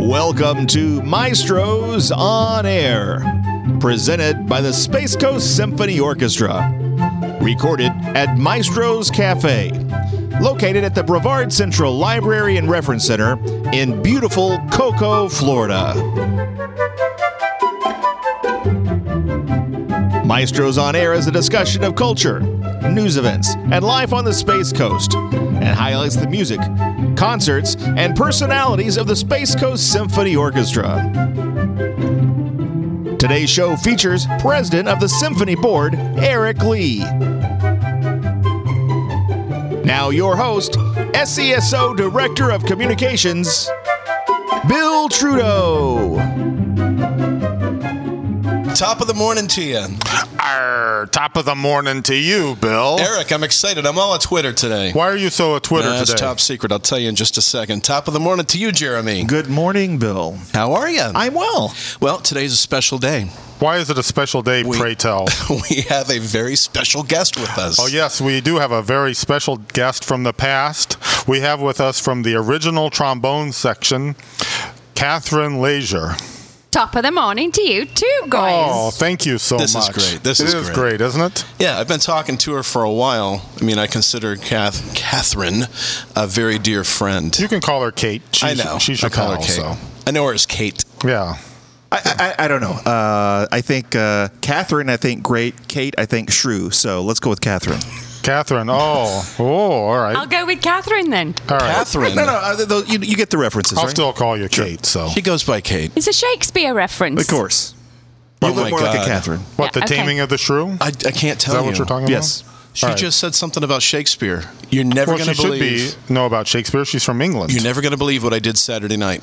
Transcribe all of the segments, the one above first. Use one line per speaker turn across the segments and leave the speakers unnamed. Welcome to Maestros on Air, presented by the Space Coast Symphony Orchestra. Recorded at Maestro's Cafe, located at the Brevard Central Library and Reference Center in beautiful Cocoa, Florida. Maestros on Air is a discussion of culture, news events, and life on the Space Coast, and highlights the music, concerts, and personalities of the Space Coast Symphony Orchestra. Today's show features President of the Symphony Board, Eric Lee. Now, your host, SESO Director of Communications, Bill Trudeau.
Top of the morning to you.
Arr, top of the morning to you, Bill.
Eric, I'm excited. I'm all on Twitter today.
Why are you so at Twitter
That's
today?
top secret. I'll tell you in just a second. Top of the morning to you, Jeremy.
Good morning, Bill.
How are you?
I'm well.
well, today's a special day.
Why is it a special day, pray tell?
We have a very special guest with us.
Oh, yes, we do have a very special guest from the past. We have with us from the original trombone section, Catherine Leisure.
Top of the morning to you too, guys.
Oh, thank you so
This is
much.
great. This
It
is
is
great.
great, isn't it?
Yeah, I've been talking to her for a while. I mean, I consider Kath- Catherine a very dear friend.
You can call her Kate. She's,
I know.
She's your
I call her
pal,
Kate.
so-
I know her as Kate.
Yeah.
I, I, I don't know. Uh, I think uh, Catherine. I think great. Kate. I think shrew. So let's go with Catherine.
Catherine. Oh, oh, all right.
I'll go with Catherine then.
all right.
Catherine.
No, no. Uh, though, you, you get the references,
I'll
right?
still call you Kate, so.
She goes by Kate.
It's a Shakespeare reference.
of course. You
Oh
look
my
more like
God.
a Catherine.
What, the
Yeah, okay.
taming of the shrew?
I, I can't
is
tell
that
you.
what you're talking
Yes.
about?
She
All right.
just said something about Shakespeare. You're never
Well,
going
she
to
should
believe.
be know about Shakespeare. She's from England.
You're never going to believe what I did Saturday night.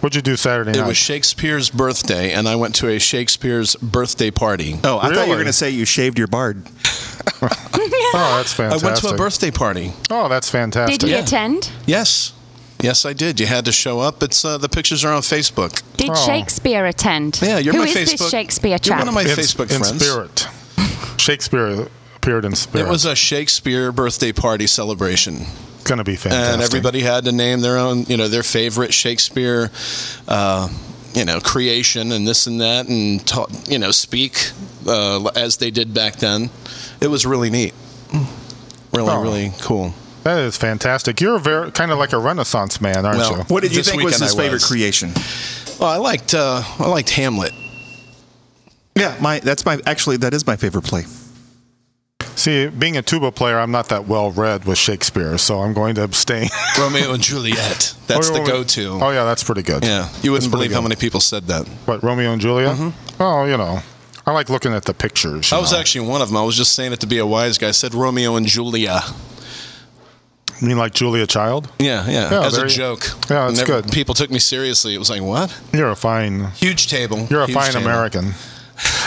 What'd you do Saturday
It
night?
was Shakespeare's birthday, and I went to a Shakespeare's birthday party.
Oh, I thought you were
Really?
going to say you shaved your bard.
oh, that's
I
fantastic.
went to a birthday party.
Oh, that's fantastic.
Did you
Yeah.
attend?
Yes, yes, I did. You had to show up. It's uh, the pictures are on Facebook.
Did
Oh.
Shakespeare attend?
Yeah, you're
Who
my
is
Facebook.
this Shakespeare
You're
chap?
one of my
in,
Facebook
in
friends.
spirit. Shakespeare appeared in
It
spirit.
was a Shakespeare birthday party celebration,
It's going to be fantastic.
and everybody had to name their own, you know, their favorite Shakespeare, uh, you know, creation and this and that, and talk, you know, speak uh, as they did back then. It was really neat. Really,
Oh.
really cool.
That is fantastic. You're very kind of like a Renaissance man, aren't
Well,
you?
What did you
This
think was
weekend
his
I
favorite
was.
creation?
Well, I liked uh, I liked Hamlet.
Yeah, my that's my actually that is my favorite play.
See, being a tuba player, I'm not that well read with Shakespeare, so I'm going to abstain.
Romeo and Juliet. That's
Oh,
the
Romeo-
go-to.
Oh yeah, that's pretty good.
Yeah, you wouldn't believe how
good.
many people said that.
What Romeo and Juliet? Oh, you know, I like looking at the pictures.
I
you
Mm-hmm. was
know.
actually one of them. I was just saying it to be a wise guy. I said Romeo and Julia.
You mean like Julia Child?
Yeah, yeah,
Yeah,
as a
very-
joke.
yeah, that's
Never-
good.
People took me seriously. It was like what?
You're a fine
Huge table.
You're a
Huge
fine
table.
American.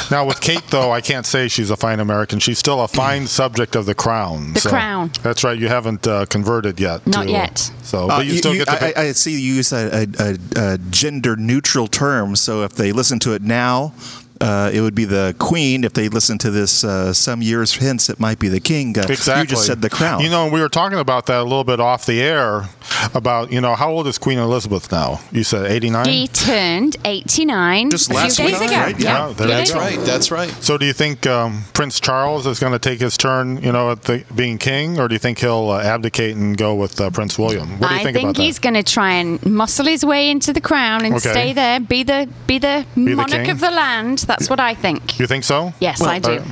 Now with Kate though, I can't say she's a fine American. She's still a fine subject of the crown.
The crown.
That's right. You haven't uh, converted yet.
Not
to-
yet.
Uh,
So, Oh, but you, still get the.
I, I, I see you use a, a, a, a gender neutral term. So if they listen to it now, uh, it would be the queen. If they listen to this uh, some years hence, it might be the king. Uh,
Exactly.
You just said the crown.
You know, we were talking about that a little bit off the air about, you know, how old is Queen Elizabeth now? You said 89?
He turned 89
Just
a few
last
days
week,
ago.
right?
Yeah.
Yeah, there
Yeah.
you
That's
go.
right. That's right.
So do you think um, Prince Charles is going to take his turn, you know, at the, being king, or do you think he'll uh, abdicate and go with uh, Prince William? What do you
I
think, about that?
he's going to try and muscle his way into the crown and
Okay.
stay there, be the be the
the
monarch
king?
of the land. That's what I think.
you think so?
Yes, I do.
uh,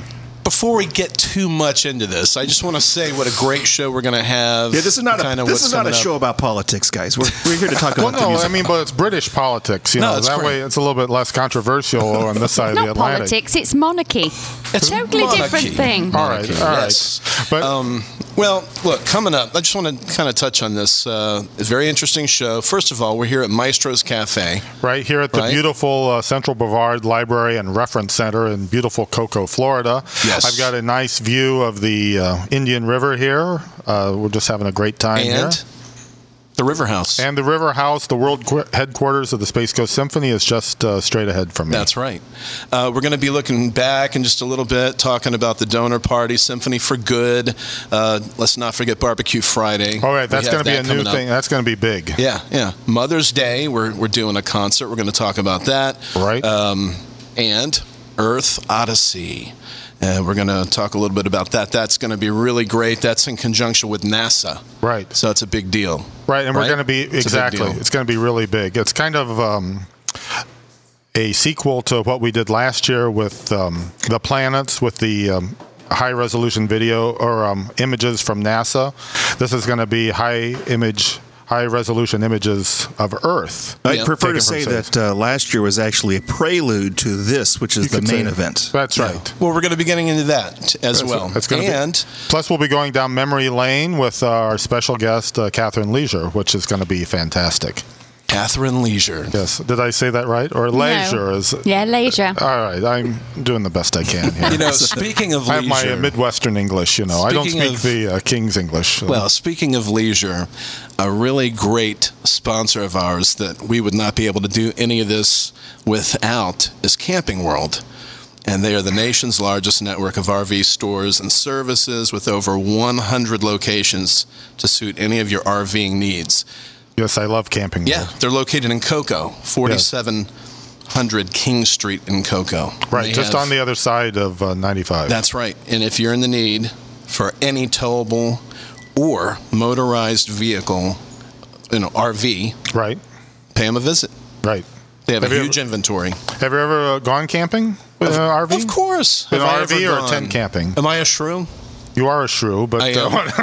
Before we get too much into this, I just want to say what a great show we're going to have.
Yeah, this is not
Kinda
a this
what's
is not a
coming up.
show about politics, guys. We're, we're here to talk about
well,
the
no,
music.
I mean, but it's British politics. You
No,
know,
it's
that
great.
way it's a little bit less controversial on this side of the
Not
Atlantic.
politics, it's monarchy.
It's
totally
monarchy.
different thing.
All right,
Monarchy,
all right.
yes.
But
Um, well, look, coming up, I just want to kind of touch on this. Uh, it's a very interesting show. First of all, we're here at Maestro's Cafe.
right here at the
right.
beautiful uh, Central Brevard Library and Reference Center in beautiful Cocoa, Florida.
Yes.
I've got a nice view of the uh, Indian River here. Uh, we're just having a great time
And
here.
The River House.
And the River House, the world qu- headquarters of the Space Coast Symphony, is just uh, straight ahead from me.
That's right. Uh, we're going to be looking back in just a little bit, talking about the donor party, Symphony for Good. Uh, let's not forget Barbecue Friday.
All right, that's
We
going
have
to be
that
a new
coming up.
thing. That's going to be big.
Yeah, yeah. Mother's Day, we're, we're doing a concert. We're going to talk about that.
Right.
Um, and Earth Odyssey. Uh, we're going to talk a little bit about that. That's going to be really great. That's in conjunction with NASA.
Right.
So it's a big deal.
Right, and we're going to be
It's a big
exactly.
deal.
It's going to be really big. It's kind of um, a sequel to what we did last year with um, the planets, with the um, high resolution video or um, images from NASA. This is going to be high image, high resolution images of Earth.
I'd
Yeah.
prefer to
Taken from
say
space.
that uh, last year was actually a prelude to this, which is the
could say
main
that.
event.
That's
Yeah.
right.
Well, we're going to be getting into that as well.
That's gonna
and
be, plus, we'll be going down memory lane with our special guest, uh, Catherine Leisure, which is going to be fantastic.
Catherine Leisure.
Yes, did I say that right? Or Leisure is
Yeah, leisure.
All right, I'm doing the best I can here.
You know, speaking of
I have my
leisure,
uh, Midwestern English, you know. I don't
Speaking
speak
of-
the uh, King's English.
Well, speaking of leisure, a really great sponsor of ours that we would not be able to do any of this without is Camping World. And they are the nation's largest network of RV stores and services with over 100 locations to suit any of your RVing needs.
yes, I love camping.
Yeah,
world.
they're located in Cocoa, 4700 King Street in Cocoa.
right.
They
just
have-
on the other side of uh, 95.
that's right. And if you're in the need for any towable or motorized vehicle, you know, RV,
right,
pay them a visit.
right.
They have,
Have
a
you
huge inventory.
Have you ever uh, gone camping with an RV?
Of course.
With an
Have I
RV
ever
or a
gone?
tent camping?
Am I a shrew?
You are a shrew, but
I
uh,
am.
what,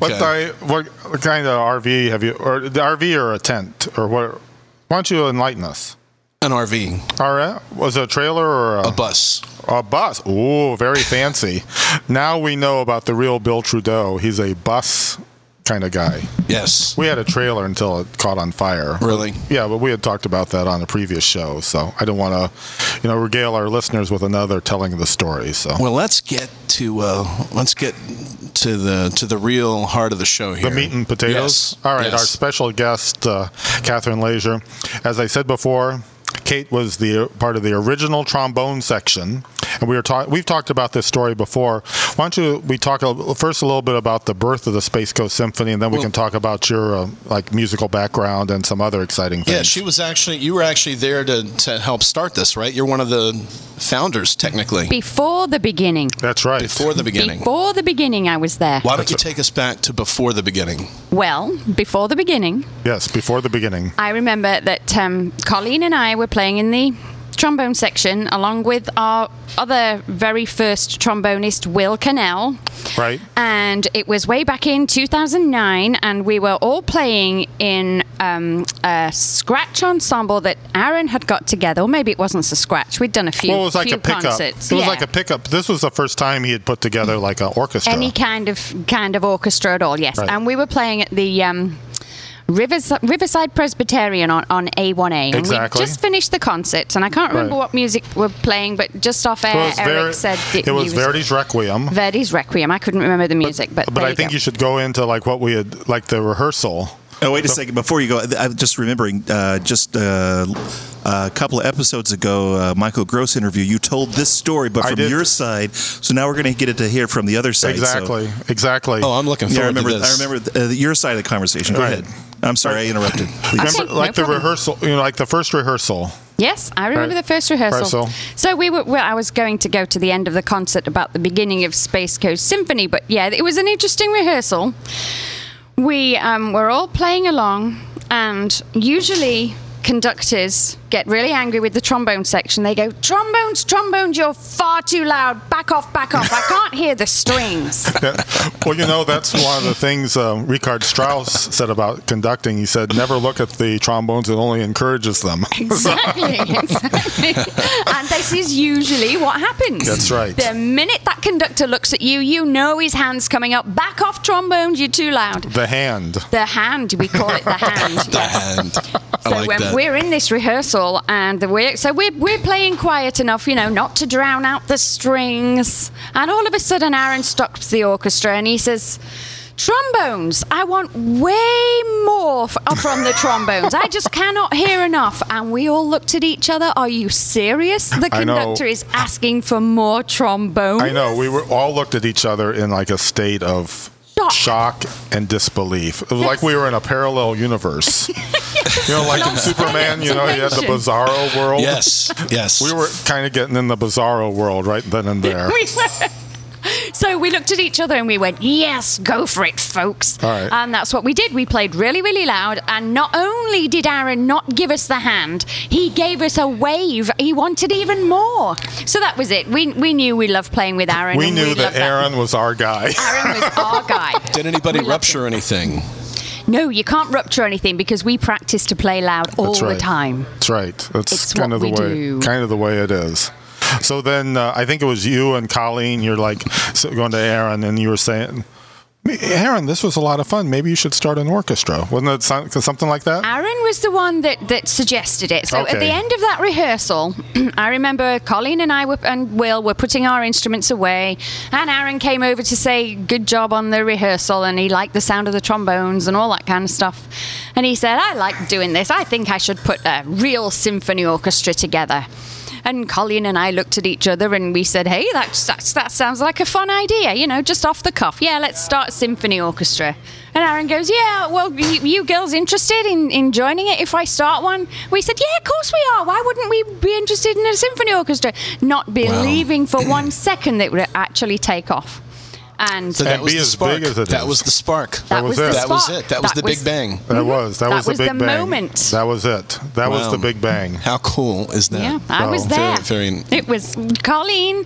what,
Okay.
ty- what kind of RV have you, or the RV or a tent, or what? Why don't you enlighten us?
An RV,
All right, was it a trailer or
a bus.
A bus. Ooh, very fancy. now we know about the real Bill Trudeau. He's a bus kind of guy.
Yes.
We had a trailer until it caught on fire.
Really?
Yeah, but we had talked about that on a previous show, so I don't want to, you know, regale our listeners with another telling the story. So
Well, let's get to uh, let's get to the to the real heart of the show here.
the meat and
Yes.
potatoes. All right,
Yes.
our special guest, uh, Catherine Leisure. As I said before, Kate was the part of the original trombone section, and we were talk- We've talked about this story before. Why don't you we talk a, first a little bit about the birth of the Space Coast Symphony, and then we
Well-
can talk about your uh, like musical background and some other exciting things.
Yeah, she was actually. You were actually there to to help start this, right? You're one of the founders, technically,
Before the beginning.
That's right.
before the beginning.
Before the beginning, I was there.
Why don't you take us back to before the beginning?
Well, before the beginning,
yes, before the beginning.
I remember that um, Colleen and I were playing in the trombone section along with our other very first trombonist, Will Cannell.
Right.
And it was way back in 2009, and we were all playing in um, a scratch ensemble that Aaron had got together. Or maybe it wasn't a scratch. We'd done a few,
Well, it was like
few
a pickup.
concerts.
It was
Yeah.
like a pickup. This was the first time he had put together like an orchestra.
any kind of kind of orchestra at all. Yes,
Right.
and we were playing at the um, Rivers, Riverside Presbyterian on, on A1A, and
Exactly.
we just finished the concert. And I can't remember
Right.
what music we're playing, but just off
It
air,
was
Eric
Ver-
said that
it was
he
Verdi's Requiem.
Verdi's Requiem. I couldn't remember the music, but
But
there
I think
go.
you should go into like what we had, like the rehearsal.
Oh, wait a second. Before you go, I- I'm just remembering uh, just uh, a couple of episodes ago, uh, Michael Gross interview, you told this story, but
I
from
did.
your side. So now we're going to get it to hear from the other side. so-
Exactly, exactly.
Oh, I'm looking
yeah,
forward
I remember,
to
I
this.
remember uh, your side of the conversation. Go
Right.
ahead. I'm sorry, I interrupted. Please.
Remember,
Okay,
like the
no problem.
rehearsal, you know, like the first rehearsal.
Yes, I remember
Right.
the first rehearsal.
Rehearsal.
So we were. Well, I was going to go to the end of the concert about the beginning of Space Coast Symphony, but yeah, it was an interesting rehearsal. We um, were all playing along, and usually conductors get really angry with the trombone section. They go, "Trombones, trombones! You're far too loud. Back off, back off! I can't hear the strings."
Yeah. well, you know, that's one of the things um, Richard Strauss said about conducting. He said, "Never look at the trombones; it only encourages them."
Exactly, exactly. and this is usually what happens.
That's right.
The minute that conductor looks at you, you know his hand's coming up. Back off, trombones, you're too loud.
the hand.
The hand, we call it the hand. yes.
And I
So
like
when
that.
we're in this rehearsal and the we're so we're, we're playing quiet enough, you know, not to drown out the strings. And all of a sudden, Aaron stops the orchestra and he says, Trombones. I want way more f- uh, from the trombones. I just cannot hear enough. And we all looked at each other. Are you serious? The
I know.
conductor is asking for more trombones.
I know. We were all looked at each other in like a state of
Shock.
shock, and disbelief. It was like we were in a parallel universe. you know, like in
Lost in
Superman, you know, he had the
dimension.
bizarro world.
Yes, yes.
We were kind of getting in the bizarro world right then and there.
We were. So we looked at each other and we went, "Yes, go for it, folks!"
All right.
And that's what we did. We played really, really loud, and not only did Aaron not give us the hand, he gave us a wave. He wanted even more. So that was it. We we knew we loved playing with Aaron.
We
and
knew that
loved
Aaron was our guy.
Aaron was our guy.
Did anybody
We loved
rupture anything?
him. No, you can't rupture anything because we practice to play loud all
That's
the
right.
time.
That's right. That's
It's
kind of the
what we
way.
do.
Kind of the way it is. So then, uh, I think it was you and Colleen. You're like so going to Aaron, and you were saying, "Aaron, this was a lot of fun. Maybe you should start an orchestra, wasn't it? some- Something like that."
Aaron was the one that, that suggested it. So at
Okay.
the end of that rehearsal, I remember Colleen and I were, and Will were putting our instruments away, and Aaron came over to say good job on the rehearsal, and he liked the sound of the trombones and all that kind of stuff. And he said, "I like doing this. I think I should put a real symphony orchestra together." And Colleen and I looked at each other and we said, "Hey, that's, that's that sounds like a fun idea. You know, just off the cuff. Yeah, let's start a symphony orchestra." And Aaron goes, "Yeah, well, you, you girls interested in, in joining it if I start one?" We said, "Yeah, of course we are. Why wouldn't we be interested in a symphony orchestra?" Not believing for one second that it would actually take off. And
So
And be as big as it
that
is.
was the spark.
that
was
was
it.
the
That was
spark.
it. That was the Big Bang.
That was that,
That
was the
was
big
the
bang.
moment.
That was it. That was
Wow.
the big bang.
How cool is that?
Yeah, I was
Wow.
there.
Very- very-
it was Colleen,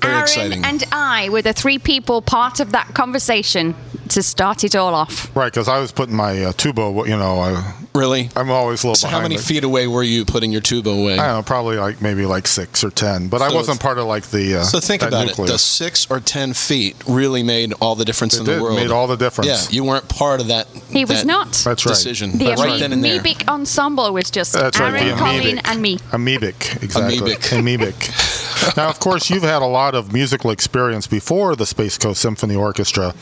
Very
Aaron,
exciting.
and I were the three people part of that conversation to start it all off.
Right, because I was putting my uh, tuba. You know, I,
Really?
I'm always a little
So
behind.
how many
the-
feet away were you putting your tuba away?
I don't know, probably like maybe like six or ten. But I
So
wasn't
it's-
part of like the. Uh,
So think
that
about
nucleus.
it. The six or ten feet really made all the difference in the
did,
world.
made all the difference.
Yeah, you weren't part of that.
He was
that
not.
That's right.
Decision.
The
But right then and there.
amoebic ensemble was just
That's right,
Aaron,
the
Colleen,
amoebic.
and me.
Amoebic, exactly.
Amoebic.
Amoebic. now, of course, you've had a lot of musical experience before the Space Coast Symphony Orchestra.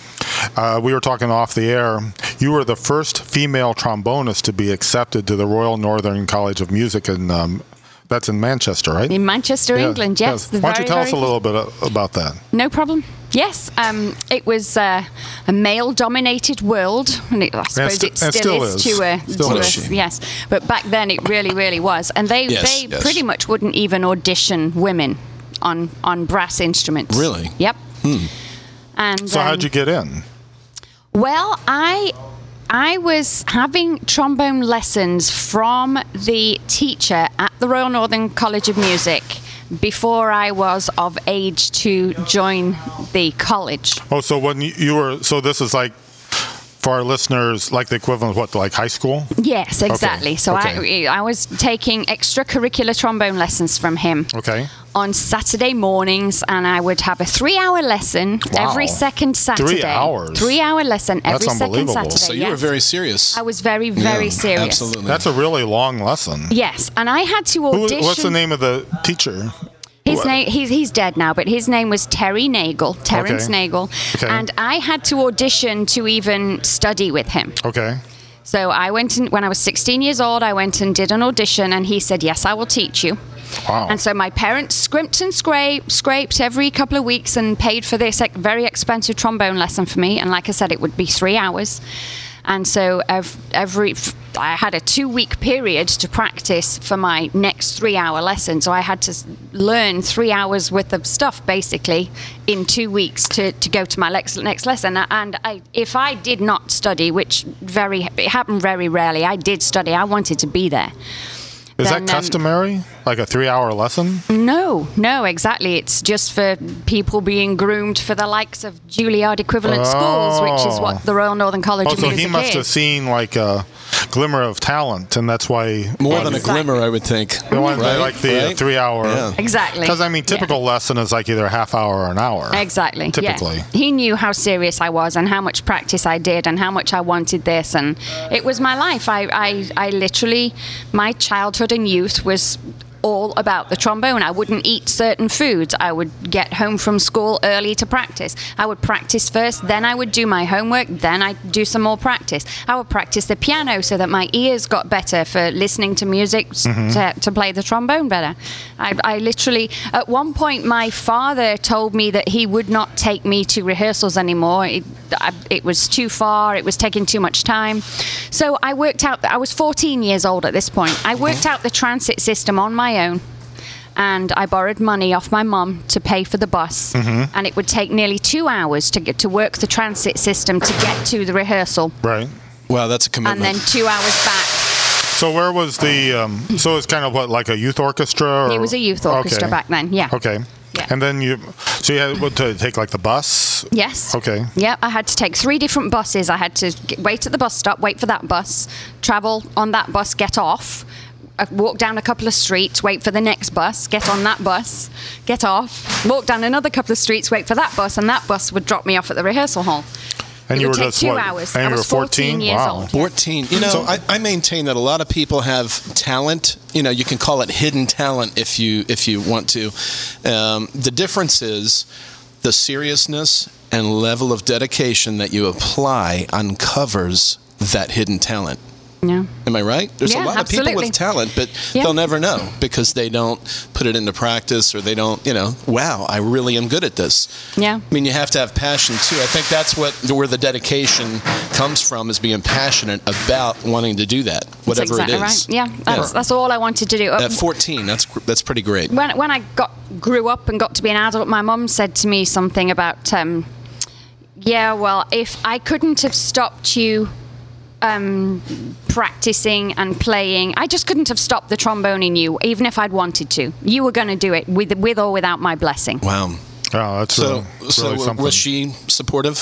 Uh, we were talking off the air. You were the first female trombonist to be accepted to the Royal Northern College of Music, and um, that's in Manchester, right?
In Manchester,
Yeah,
England, yes. the
Why don't
very,
you tell us a
very-
little bit uh, about that?
No problem. Yes, um, it was uh, a male-dominated world, and it, I suppose
sti-
it
and
still,
still
is,
is.
to a,
Still
to
is.
a-
Is she?
yes. But back then, it really, really was, and they
Yes,
they
yes.
pretty much wouldn't even audition women on on brass instruments.
Really? Hmm.
Yep. And
So,
um,
how'd you get in?
well, I I was having trombone lessons from the teacher at the Royal Northern College of Music before I was of age to join the college.
Oh, so when you, you were, so this is like for our listeners, like the equivalent of what, like high school?
Yes, exactly. So
okay.
I I was taking extracurricular trombone lessons from him.
Okay.
On Saturday mornings, and I would have a three-hour lesson
Wow.
every second Saturday.
hours.
Three-hour lesson every
That's
second
unbelievable.
Saturday.
So you were
yes.
very serious.
I was very, very
Yeah,
serious.
Absolutely.
That's a really long lesson.
Yes, and I had to
Who,
audition.
what's the name of the teacher?
His
What?
name, he's, he's dead now, but his name was Terry Nagel, Terrence
Okay.
Nagel.
Okay.
And I had to audition to even study with him.
Okay.
So I went in, when I was 16 years old, I went and did an audition, and he said, Yes, I will teach you.
Wow.
And so my parents scrimped and scraped, scraped every couple of weeks and paid for this like, very expensive trombone lesson for me. And like I said, it would be three hours. And so ev- every, f- I had a two week period to practice for my next three hour lesson. So I had to s- learn three hours worth of stuff basically in two weeks to, to go to my lex- next lesson. A- And I, if I did not study, which very, it happened very rarely, I did study, I wanted to be there.
Is
then, um,
that customary? like a three hour lesson?
No, no, exactly. It's just for people being groomed for the likes of Juilliard equivalent schools, which is what the Royal Northern College
Oh,
of
so
Music
he must
is.
have seen like a glimmer of talent, and that's why.
More than a
Exactly.
glimmer, I would think.
The one that, like the uh,
Right?
three hour.
Yeah.
Exactly.
Because I mean, typical lesson is like either a half hour or an hour.
Exactly. yeah.
Typically.
He knew how serious I was and how much practice I did and how much I wanted this. And it was my life. I, I, I literally, my childhood and youth was all about the trombone. I wouldn't eat certain foods. I would get home from school early to practice. I would practice first, then I would do my homework, then I'd do some more practice. I would practice the piano so that my ears got better for listening to music s- to, to play the trombone better. I, I literally, at one point, my father told me that he would not take me to rehearsals anymore. It, I, it was too far, it was taking too much time. So I worked out, I was 14 years old at this point. I worked out the transit system on my own and I borrowed money off my mum to pay for the bus. And it would take nearly two hours to get to work the transit system to get to the rehearsal
Right.
Wow, that's a
and
commitment.
then two hours back.
So where was the? Um, so it's kind of what like a youth orchestra. Or?
It was a youth orchestra
Okay.
back then, yeah.
Okay.
Yeah.
And then you, so you had what, to take like the bus.
Yes.
Okay.
Yeah, I had to take three different buses. I had to g wait at the bus stop, wait for that bus, travel on that bus, get off, uh, walk down a couple of streets, wait for the next bus, get on that bus, get off, walk down another couple of streets, wait for that bus, and that bus would drop me off at the rehearsal hall.
And
it
you
would
were
take
just
two
what?
hours.
And
I
you
was
were 14?
14 years
Wow.
old.
14. You know, I, I maintain that a lot of people have talent. You know, you can call it hidden talent if you if you want to. Um, the difference is the seriousness and level of dedication that you apply uncovers that hidden talent.
Yeah.
Am I right? There's
Yeah,
a lot of people
absolutely.
with talent, but
Yeah.
they'll never know because they don't put it into practice or they don't, you know, wow, I really am good at this.
Yeah.
I mean, you have to have passion too. I think that's what where the dedication comes from is being passionate about wanting to do that, whatever
that's exactly
it is.
Right. Yeah, that's, that's all I wanted to do. Uh,
At 14, that's gr- that's pretty great.
when when I got grew up and got to be an adult, my mum said to me something about, um, yeah, well, if I couldn't have stopped you um, practicing and playing, I just couldn't have stopped the trombone in you, even if I'd wanted to. You were going to do it with with or without my blessing.
Wow.
Wow, that's
So,
really,
so
really something.
was she supportive?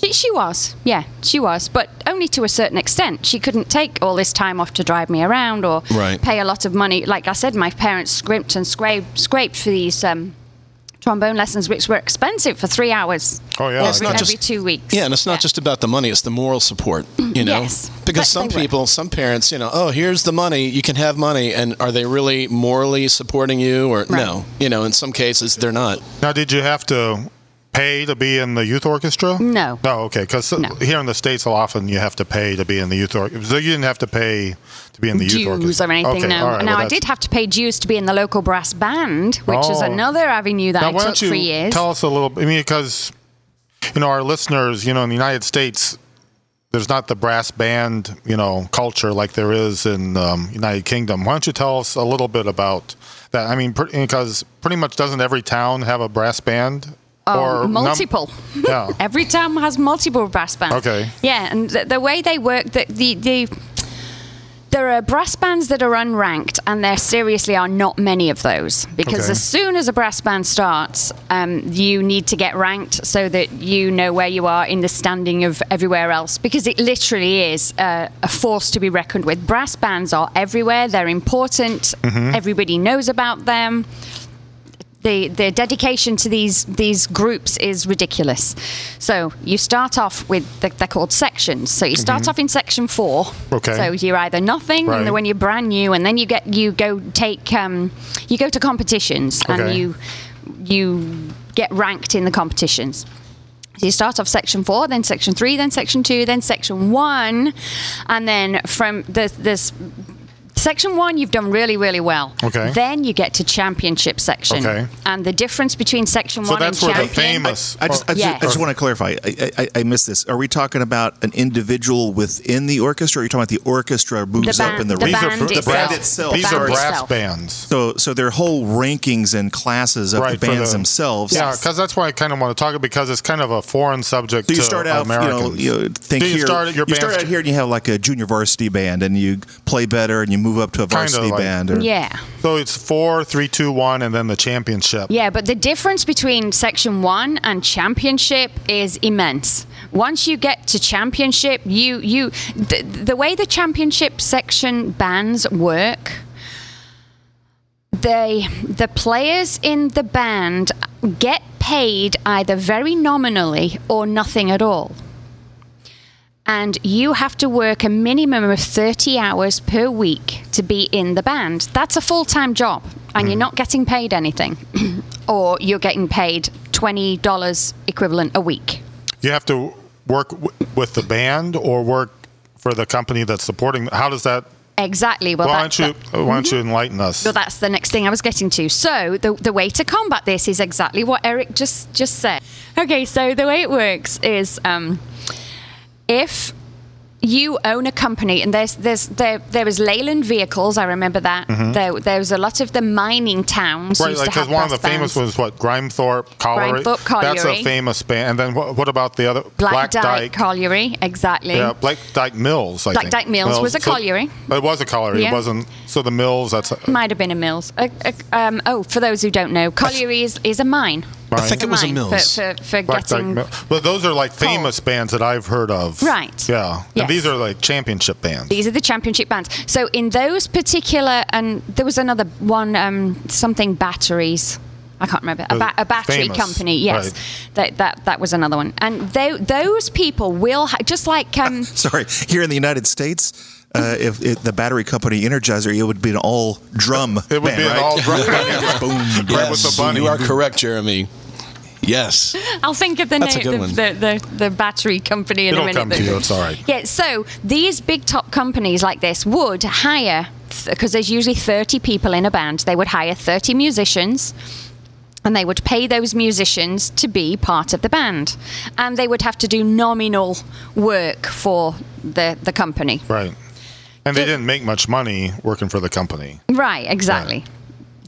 She, she was, yeah, she was, but only to a certain extent. She couldn't take all this time off to drive me around or
Right.
pay a lot of money. Like I said, my parents scrimped and scraped, scraped for these um, trombone lessons, which were expensive for three hours.
Oh, yeah.
every,
It's not
every
just-
two weeks.
Yeah, and it's not just about the money; it's the moral support. You know,
Mm-hmm. Yes. But
because some
they were.
people, some parents, you know, oh, here's the money; you can have money, and are they really morally supporting you, or no? You know, in some cases, they're not.
Now, did you have to pay to be in the youth orchestra?
No.
No, okay. Because here in the States, often you have to pay to be in the youth orchestra. So you didn't have to pay to be in the youth
dues
orchestra.
or anything.
Okay,
no.
all right,
now
well,
I
that's-
did have to pay dues to be in the local brass band, which is
Oh.
another avenue that
Now,
I
why
took
don't you
for years.
tell us a little? I mean, because you know our listeners, you know, in the United States, there's not the brass band, you know, culture like there is in um, United Kingdom. Why don't you tell us a little bit about that? I mean, because pretty much doesn't every town have a brass band?
Oh,
num-
multiple.
yeah.
Every town has multiple brass bands.
Okay.
Yeah, and the, the way they work, the, the the there are brass bands that are unranked, and there seriously are not many of those because
Okay.
as soon as a brass band starts, um, you need to get ranked so that you know where you are in the standing of everywhere else because it literally is uh, a force to be reckoned with. Brass bands are everywhere; they're important.
Mm-hmm.
Everybody knows about them the the dedication to these these groups is ridiculous. So you start off with the, they're called sections. So you start off in section four.
Mm-hmm. Okay.
So you're either nothing and
Right.
then when you're brand new, and then you get you go take um, you go to competitions
Okay.
and you you get ranked in the competitions. So you start off section four, then section three, then section two, then section one, and then from the this section one you've done really really well.
Okay.
Then you get to championship section.
Okay.
And the difference between section
So
one and
that's where
champion.
the famous.
I just, I just,
Yeah.
I just want to clarify. I, I, I missed this. Are we talking about an individual within the orchestra? Or are you talking about the orchestra moves
band-
up in the
the
ranks?
band
the
itself.
band itself.
These
sorry.
are
Band
brass
itself.
bands.
So, so their whole rankings and classes of
Right,
the
for
bands
the-
themselves.
Yeah, because that's why I kind of want to talk it because it's kind of a foreign subject.
So you
to
start out, you know,
Americans.
you know, think
Do you
here.
start at your
you start
band's-
out here and you have like a junior varsity band, and you play better, and you move up to a
Kinda
varsity
like-
band. Or,
Yeah.
So it's four, three, two, one, and then the championship.
Yeah, but the difference between Section 1 and Championship is immense. Once you get to Championship, you you the, the way the Championship section bands work, they the players in the band get paid either very nominally or nothing at all. and you have to work a minimum of 30 hours per week to be in the band. That's a full time job, and you're not getting paid anything, or you're getting paid $20 equivalent a week.
You have to work w- with the band or work for the company that's supporting. How does that?
Exactly. Well,
Why
that-
don't you?
that- Mm-hmm.
Why don't you enlighten us?
Well, that's the next thing I was getting to. So the, the way to combat this is exactly what Eric just just said. Okay, so the way it works is um, if you own a company and there's there's there there was Leyland Vehicles. I remember that there there was a lot of the mining towns.
Mm-hmm. Right,
used
like
to have
because one of the
brass
famous ones
bands.
was what Grimethorpe Colliery.
Grimethorpe
That's a
Colliery.
famous band. And then what, what about the other
Black, Dyke, Colliery, exactly.
Yeah, Black Dyke Mills. I
Black
think.
Dyke Mills was a
So-
colliery.
it was a colliery. It
Yeah.
wasn't. So the mills. That's. A,
Might have been a mills. Uh, uh, um, oh, for those who don't know, colliery is, is a mine.
I think it was a
mine
Mills.
for, for, for
Black Dyke
getting
Mill. Well, those are like famous bands that I've heard of.
Right.
Yeah.
Yes.
And these are like championship bands.
These are the championship bands. So in those particular, and there was another one, um, something batteries. I can't remember a, ba- a battery
Famous.
company. Yes,
Right.
that, that that was another one. And tho- those people will ha- just like um,
Sorry, here in the United States, uh, if it, the battery company Energizer, it would be an all drum.
It would
band,
be an
right?
all drum
Boom.
Right with the bunny.
You are correct, Jeremy. Yes.
I'll think of the
That's a
name
good
of
one.
the, the, the battery company in
It'll
a minute.
come to you, it's all right.
Yeah, so these big top companies like this would hire, because there's usually 30 people in a band, they would hire 30 musicians. And they would pay those musicians to be part of the band. And they would have to do nominal work for the, the company.
Right. And they didn't make much money working for the company.
Right, exactly.
That was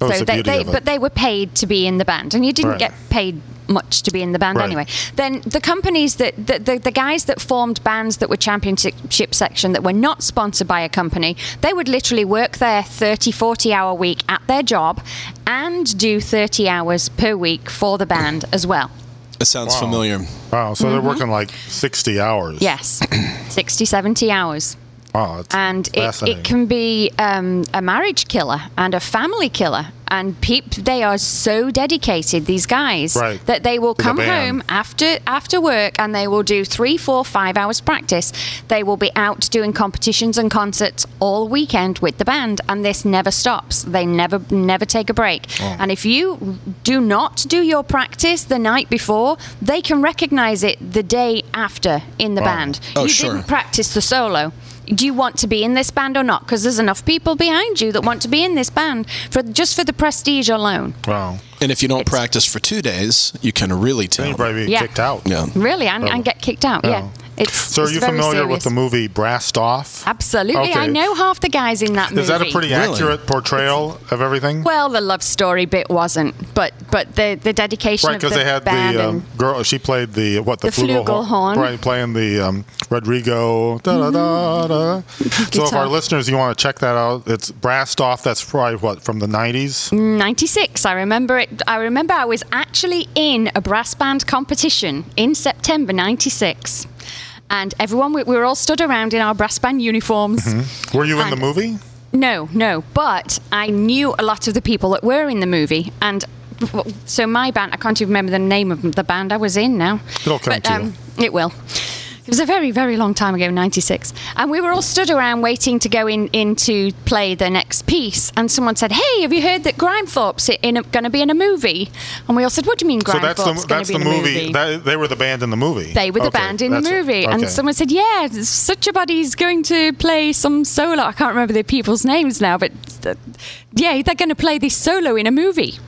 Oh, the
they,
beauty
they
of it.
but they were paid to be in the band, and you didn't
Right.
get paid much to be in the band
Right.
anyway. Then the companies that the, the, the guys that formed bands that were championship section that were not sponsored by a company, they would literally work their 30, 40 hour week at their job and do 30 hours per week for the band as well.
It sounds
Wow.
familiar.
Wow. So
Mm-hmm.
they're working like 60 hours.
Yes, 60, 70 hours.
Wow. That's
and it,
fascinating.
it can be um, a marriage killer and a family killer and peep they are so dedicated these guys
Right.
that they will
To the
come
band.
home after after work and they will do three four five hours practice they will be out doing competitions and concerts all weekend with the band and this never stops they never never take a break
Oh.
and if you do not do your practice the night before they can recognize it the day after in the band
Oh,
you
sure.
didn't practice the solo. Do you want to be in this band or not? Because there's enough people behind you that want to be in this band for just for the prestige alone.
Wow.
And if you don't practice for two days, you can really
Then
tell.
you'd probably be
Yeah.
kicked out.
Yeah.
Really, and,
Oh.
and get kicked out. Yeah.
Oh.
It's,
So are
it's
you
very
familiar with
serious.
the movie Brassed Off?
Absolutely, I
Okay.
know half the guys in that movie.
Is that a pretty
Really?
accurate portrayal of everything?
Well, the love story bit wasn't, but but the the dedication
right,
of the
because they had
band
the
and
um, girl. She played the what the,
The flugelhorn.
Right, playing the um, Rodrigo. Da, da, da, da. So, if
Mm-hmm. Guitar.
our listeners, you want to check that out, it's Brassed Off. That's probably what from the nineties.
96 i remember it i remember i was actually in a brass band competition in september 96 and everyone we, we were all stood around in our brass band uniforms
Were you in the
And-
movie?
no no but i knew a lot of the people that were in the movie and so my band i can't even remember the name of the band i was in now
It'll come
but, um,
to you.
it will it was a very very long time ago 96 and we were all stood around waiting to go in, in to play the next piece and someone said hey have you heard that grimethorpe's going to be in a movie and we all said what do you mean
So that's
grimethorpe's
the
going
that's
to be
the
in a movie,
movie. That, they were the band in the movie.
they were the
Okay,
band in the
that's it.
movie, and
Okay.
someone said, "Yeah, such a body's going to play some solo. I can't remember the people's names now, but uh, yeah, they're going to play this solo in a movie."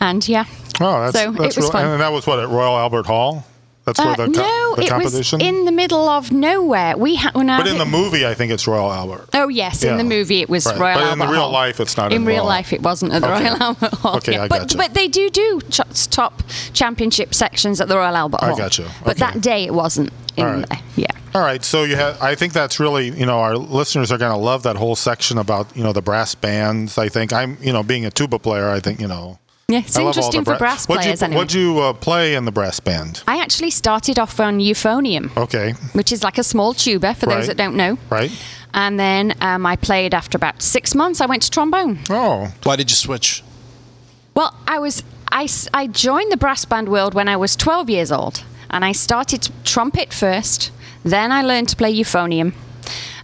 And yeah,
Oh, that's,
so
that's
it was
real-
fun.
And that was what at Royal Albert Hall. That's where
Uh,
the, co-
no,
the
it was
competition.
in the middle of nowhere. We had when I
but in the
hit-
movie, I think it's Royal Albert.
Oh yes, in
Yeah.
the movie it was
Right.
Royal
But in
Albert
the real
Hall.
life, it's not
In
in
real
Royal.
life, it wasn't at the
Okay.
Royal Albert Hall.
Okay, I
but,
gotcha.
but they do do ch- top championship sections at the Royal Albert
I
Hall.
gotcha.
But
Okay.
that day it wasn't in
All right.
there. Yeah.
All right, so you have. I think that's really, you know, our listeners are going to love that whole section about, you know, the brass bands. I think I'm, you know, being a tuba player, I think, you know,
Yeah, it's
I love all
interesting
the
for
bra-
brass
what'd
players.
You,
anyway.
What'd you uh, play in the brass band?
I actually started off on euphonium,
Okay,
which is like a small tuba for
Oh. Right.
those that don't know.
right.
And then um, I played after about six months. I went to trombone.
Oh,
Why did you switch?
Well, I was I, s- I joined the brass band world when I was 12 years old. and I started trumpet first. Then I learned to play euphonium.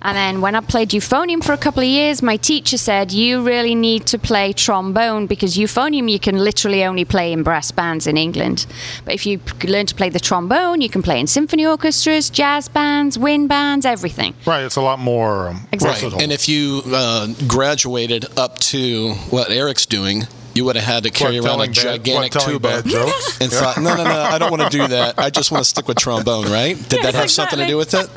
And then when I played euphonium for a couple of years, my teacher said, You really need to play trombone because euphonium you can literally only play in brass bands in England. But if you p- learn to play the trombone, you can play in symphony orchestras, jazz bands, wind bands, everything.
Right, it's a lot more um,
Exactly.
versatile.
And if you uh, graduated up to what Eric's doing, you would have had to carry
What,
around a
telling bad-
gigantic
what, telling
tuba.
bad jokes?
and thought, no, no, no, I don't want to do that. I just want to stick with trombone, right? Did that have something to do with it?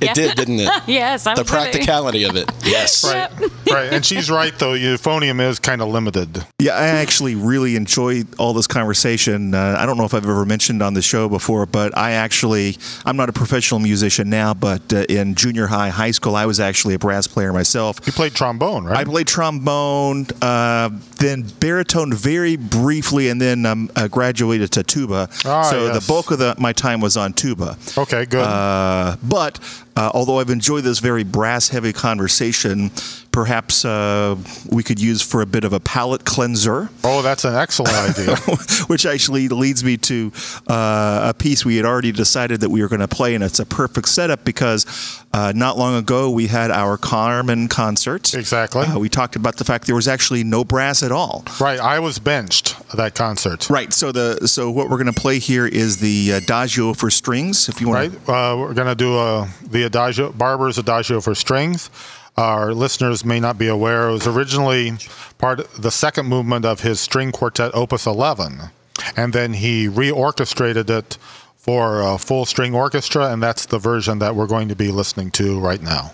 It
Yeah.
did, didn't it?
Yes,
The
absolutely.
practicality of it. Yes.
Right, right. And she's right, though. Euphonium is kind of limited.
Yeah, I actually really enjoy all this conversation. Uh, I don't know if I've ever mentioned on the show before, but I actually, I'm not a professional musician now, but uh, in junior high, high school, I was actually a brass player myself.
You played trombone,
I
right?
played trombone, uh, then baritone very briefly, and then um, uh, graduated to tuba.
Ah,
so
yes. Oh.
the bulk of the, my time was on tuba.
okay, good.
Uh, but uh, although I've enjoyed this very brass heavy conversation, perhaps uh, we could use for a bit of a palate cleanser,
oh, that's an excellent idea.
which actually leads me to uh, a piece we had already decided that we were going to play, and it's a perfect setup because uh, not long ago we had our Carmen concert.
Exactly.
Uh, we talked about the fact there was actually no brass at all.
right, I was benched at that concert.
Right. So the so what we're going to play here is the Adagio for strings. If you want,
Right, uh, we're going to do uh, the Adagio, Barber's Adagio for strings. Our listeners may not be aware, it was originally part the second movement of his string quartet Opus 11. And then he reorchestrated it for a full string orchestra, and that's the version that we're going to be listening to right now.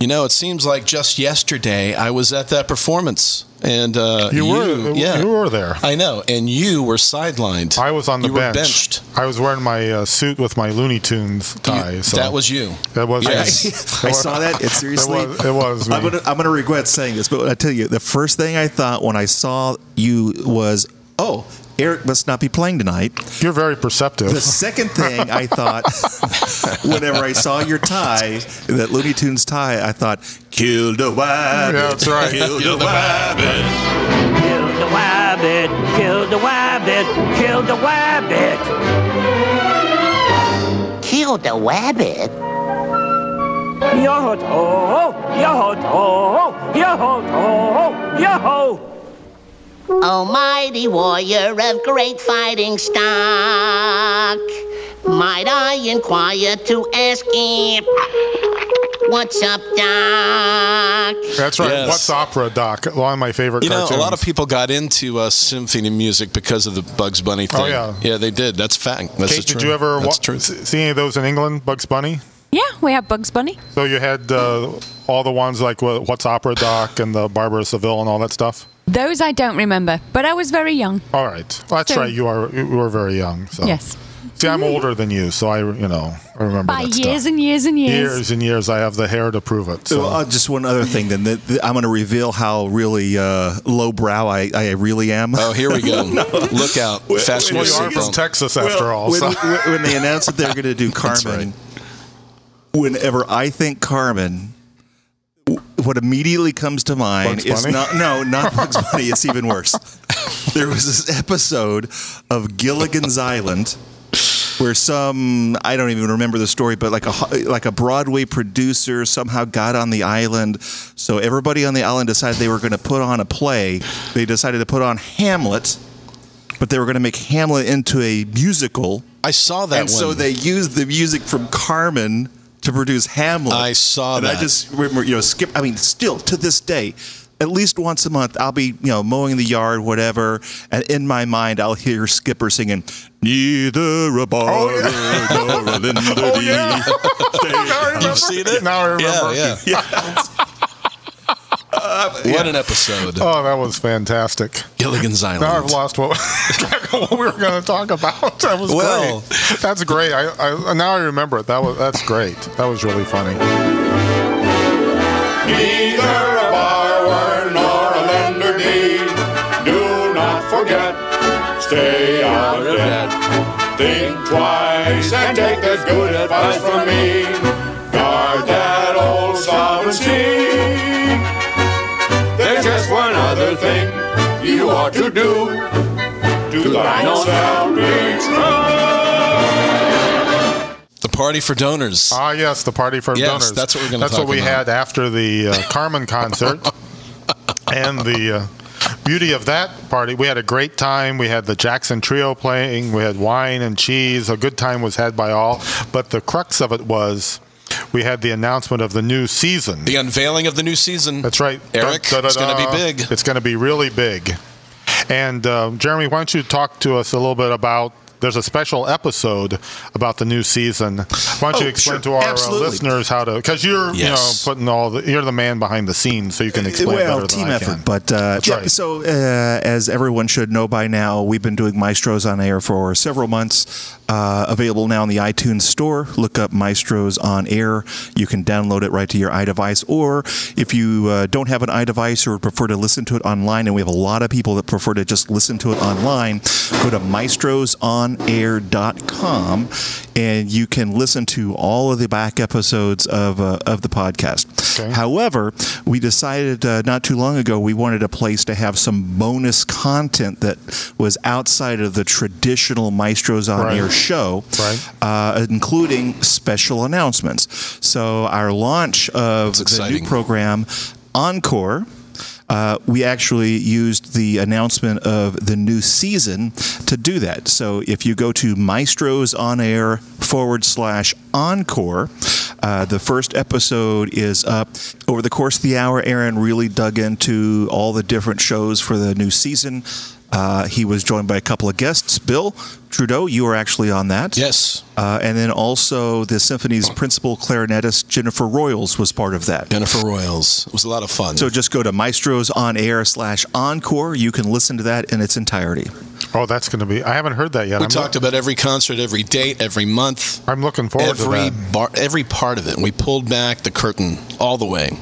you know, it seems like just yesterday I was at that performance, and uh,
You were-
yeah,
you were there.
I know, and you were sidelined.
I was on the
you
bench.
Were benched.
I was wearing my uh, suit with my Looney Tunes tie.
You-
so
That was you.
That was.
Yes.
me.
I saw that. It seriously.
It was, it was me.
I'm gonna, I'm gonna regret saying this, but I tell you, the first thing I thought when I saw you was, "Oh, Eric must not be playing tonight."
You're very perceptive.
The second thing I thought, whenever I saw your tie, that Looney Tunes tie, I thought, "Kill the
yeah,
rabbit,
that's right.
kill the rabbit."
Kill the wabbit, kill the wabbit, kill the wabbit.
Kill the rabbit.
Yo ho, yo ho, yo ho, yo ho.
Almighty warrior of great fighting stock. Might I inquire to ask him, what's up, Doc?
That's right.
Yes.
What's opera, Doc? One of my favorite
You know,
cartoons.
a lot of people got into uh, symphony music because of the Bugs Bunny thing.
Oh, yeah.
yeah, they did. That's fact. That's
Kate,
the
did
truth.
you ever
That's
wa-
true.
s- see any of those in England? Bugs Bunny.
Yeah, we have Bugs Bunny.
So you had uh, all the ones like wha- What's Opera, Doc, and the Barber of Seville, and all that stuff.
Those I don't remember, but I was very young.
All right. Well, that's
So-
right. You are you were very young. So.
Yes. Mm-hmm.
See, I'm older than you, so I you know I remember
By
that
years
stuff.
and years and years.
years and years. I have the hair to prove it. So.
So, uh, just one other thing, then that, that I'm going to reveal how really uh, lowbrow I, I really am.
Oh, here we go. Look out. Fast
well,
forward
you are
syndrome.
from Texas after all.
when,
so.
when- when they announced that they're going to do Carmen, whenever I think Carmen, w- what immediately comes to mind is
Bugs Bunny?
not no, not Bugs Bunny. It's even worse. There was this episode of Gilligan's Island. Where some I don't even remember the story, but like a ho- like a Broadway producer somehow got on the island, so everybody on the island decided they were going to put on a play. They decided to put on Hamlet, but they were going to make Hamlet into a musical,
I saw that
and
one.
so they used the music from Carmen to produce Hamlet.
I saw
and
that.
I just remember, you know, skip. I mean, still to this day, at least once a month, I'll be, you know, mowing the yard, whatever, and in my mind, I'll hear Skipper singing. Neither a bar nor a linder dee."
You've seen it?
Now I remember.
Yeah, yeah. what an episode.
Oh, that was fantastic.
Gilligan's
Now I've
Island.
lost what, track of what we were going to talk about. That was
Well.
great. That's great. I, I now I remember it. That was that's great. That was really funny.
Neither a borrower nor a lender need. Do not forget, stay out of debt. Think twice and take this good advice from me. Guard that old sovereignty. There's just one other thing you ought to do. To thine own self be true.
The party for donors.
Ah, yes, the party for
Yes,
donors.
that's what we're gonna
That's
talk
what we
about.
had after the uh, Carmen concert, and the uh, beauty of that party. We had a great time. We had the Jackson Trio playing. We had wine and cheese. A good time was had by all. But the crux of it was, we had the announcement of the new season.
the unveiling of the new season.
That's right,
Eric,
Dun,
it's going to
da-da-da.
be big.
It's going to be really big. And uh, Jeremy, why don't you talk to us a little bit about? There's a special episode about the new season. Why don't
Oh,
you explain
sure.
to our uh,
Absolutely.
listeners how to? Because you're
Yes.
you know putting all the you're the man behind the scenes, so you can explain
well,
better
team
than I
effort,
can.
but uh, yeah,
right.
so uh, as everyone should know by now, we've been doing Maestros on air for several months. Uh, available now in the iTunes store. Look up Maestros on air. You can download it right to your iDevice, or if you uh, don't have an iDevice or prefer to listen to it online, and we have a lot of people that prefer to just listen to it online, go to maestrosonair.com and you can listen to all of the back episodes of uh, of the podcast.
Okay.
However, we decided uh, not too long ago we wanted a place to have some bonus content that was outside of the traditional Maestros on
Right.
Air show,
Right.
uh, including special announcements. So our launch of the new
exciting.
program, Encore. Uh, we actually used the announcement of the new season to do that. So if you go to Maestros on Air forward slash Encore, uh, the first episode is up. Over the course of the hour, Aaron really dug into all the different shows for the new season. Uh, he was joined by a couple of guests. Bill Trudeau, you were actually on that.
Yes.
Uh, and then also the symphony's principal clarinetist, Jennifer Royals, was part of that.
Jennifer Royals. It was a lot of fun.
So just go to Maestros on Air slash Encore. You can listen to that in its entirety.
Oh, that's going to be. I haven't heard that yet.
we
I'm,
talked about every concert, every date, every month.
I'm looking forward
every
to that.
bar, every part of it. We pulled back the curtain all the way.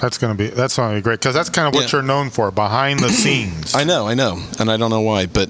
That's going to be. That's going to be great because that's kind of what
Yeah.
you're known for, behind the scenes.
I know, I know, and I don't know why, but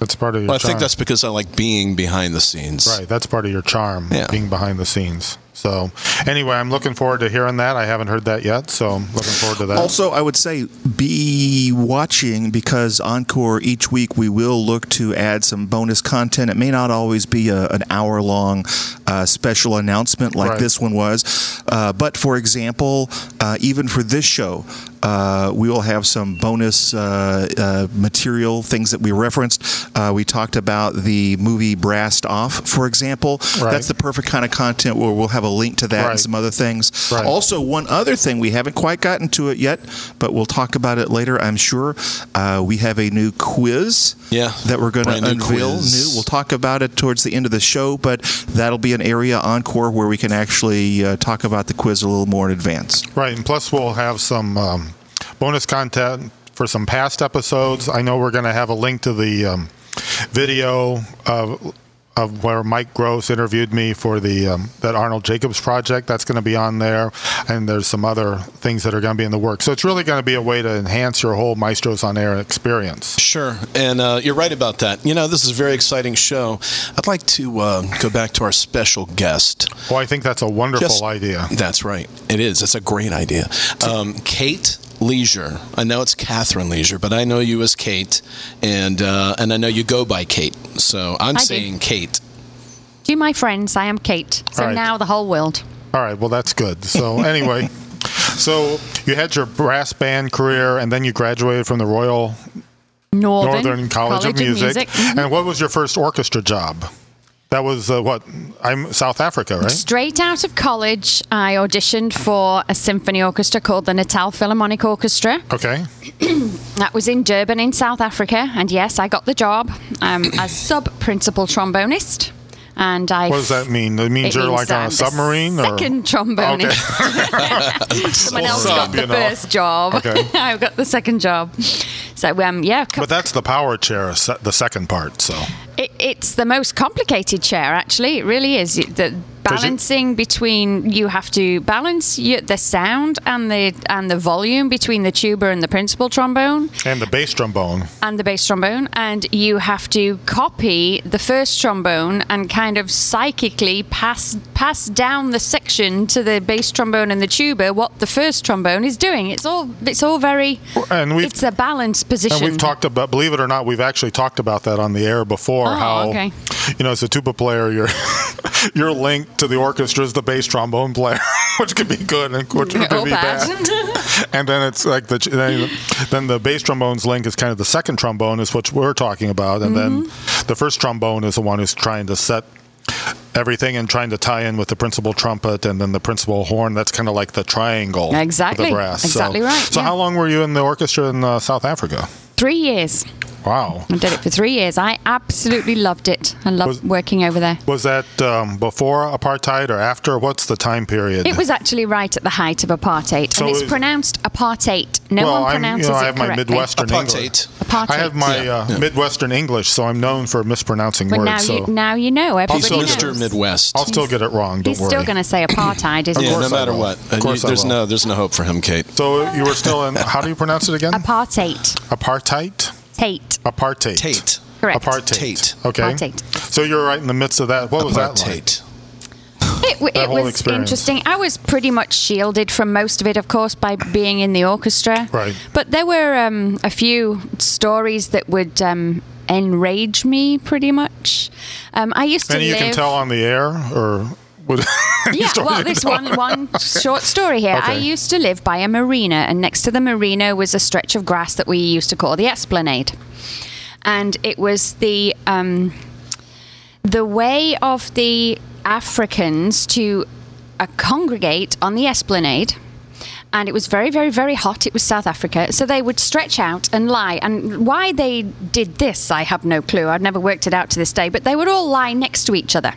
that's part of your.
I think
charm.
that's because I like being behind the scenes.
right. That's part of your charm,
Yeah.
being behind the scenes. So, anyway, I'm looking forward to hearing that. I haven't heard that yet, so I'm looking forward to that.
Also, I would say be watching because Encore each week we will look to add some bonus content. It may not always be a, an hour long uh, special announcement like
Right.
this one was, uh, but for example, uh, even for this show. Uh, we will have some bonus uh, uh, material, things that we referenced. Uh, we talked about the movie Brassed Off, for example.
Right.
That's the perfect kind of content where we'll have a link to that and
Right.
some other things.
Right.
Also, one other thing, we haven't quite gotten to it yet, but we'll talk about it later, I'm sure. Uh, we have a new quiz
Yeah,
that we're going to
brand new
unveil.
quiz.
New. We'll talk about it towards the end of the show, but that'll be an area encore where we can actually uh, talk about the quiz a little more in advance.
Right, and plus we'll have some um, bonus content for some past episodes. I know we're going to have a link to the um, video of of where Mike Gross interviewed me for the um, that Arnold Jacobs project. That's going to be on there, and there's some other things that are going to be in the works. So it's really going to be a way to enhance your whole Maestros on Air experience.
Sure, and uh, you're right about that. You know, this is a very exciting show. I'd like to uh, go back to our special guest.
Well, I think that's a wonderful
Just-
idea.
That's right. It is. It's a great idea. Um, Kate Leisure. I know it's Catherine Leisure, but I know you as Kate, and uh, and I know you go by Kate. So I'm
I do.
saying Kate.
To my friends, I am Kate. So
All right.
now the whole world.
All right. Well, that's good. So anyway, so you had your brass band career, and then you graduated from the Royal
Northern,
Northern College, of Music.
Mhm.
And what was your first orchestra job? That was uh, what? I'm South Africa, right?
Straight out of college, I auditioned for a symphony orchestra called the Natal Philharmonic Orchestra.
Okay.
That was in Durban, in South Africa, and yes, I got the job um, as sub principal trombonist. And I
What does that mean? It means
It
you're like
means
on
I'm
a
the
submarine, or
second trombonist. Someone else
Sub,
got the
you know.
first job.
Okay.
I've got the second job. So um, yeah, co-
But that's the power chair, se- the second part. So
it, it's the most complicated chair. Actually, it really is. It- The balancing between you have to balance your, the sound and the and the volume between the tuba and the principal trombone.
and the bass trombone.
and the bass trombone, and you have to copy the first trombone and kind of psychically pass pass down the section to the bass trombone and the tuba what the first trombone is doing. It's all it's all very
And we've-
it's a balanced position.
And we've talked about, believe it or not, we've actually talked about that on the air before.
Oh,
how
okay.
you know, as a tuba player, your your link to the orchestra is the bass trombone player, which could be good and which could
Or
be
bad.
bad. and then it's like the then, then the bass trombone's link is kind of the second trombone is what we're talking about, and then
Mm-hmm.
the first trombone is the one who's trying to set. Everything and trying to tie in with the principal trumpet and then the principal horn. That's kind of like the triangle. of
Exactly.
The brass. So-
Exactly right,
So,
yeah.
how long were you in the orchestra in uh, South Africa?
three years.
Wow.
I did it for three years. I absolutely loved it. I loved
Was-
working over there.
Was that um, before apartheid or after? What's the time period?
It was actually right at the height of apartheid,
So
and it's
it-
pronounced apartheid. No
well,
one
I'm,
pronounces
you know,
it
I have my
correctly.
Midwestern
Apartheid.
English.
Apartheid.
I have my
Yeah,
uh,
yeah.
Midwestern English, so I'm known for mispronouncing
But
words.
now
so
you now you know. Everybody
Also,
knows.
Mr. Midwest.
I'll still get it wrong. Don't
He's
worry.
still going to say apartheid, isn't
yeah,
he?
no
course I
matter
will.
what.
Of
Uh, you-
course I
there's
will.
no there's no hope for him, Kate.
so you were still in. How do you pronounce it again?
Apartheid.
apartheid.
Tate.
Apartheid.
Tate.
Correct.
Apartheid.
Tate.
Okay.
Apartheid.
So you're right in the midst of that. What was that like?
Apartheid.
It, w-
That
it
whole
was
experience.
interesting. I was pretty much shielded from most of it, of course, by being in the orchestra.
Right.
But there were um, a few stories that would um, enrage me, pretty much. Um, I used to
And you
live.
can tell on the air, or would,
yeah, well, this one one short story here. I
Okay.
used to live by a marina, and next to the marina was a stretch of grass that we used to call the Esplanade, and it was the um, the way of the Africans to uh, congregate on the Esplanade. and it was very, very, very hot. It was South Africa. So they would stretch out and lie. And why they did this, I have no clue. I've never worked it out to this day, but they would all lie next to each other.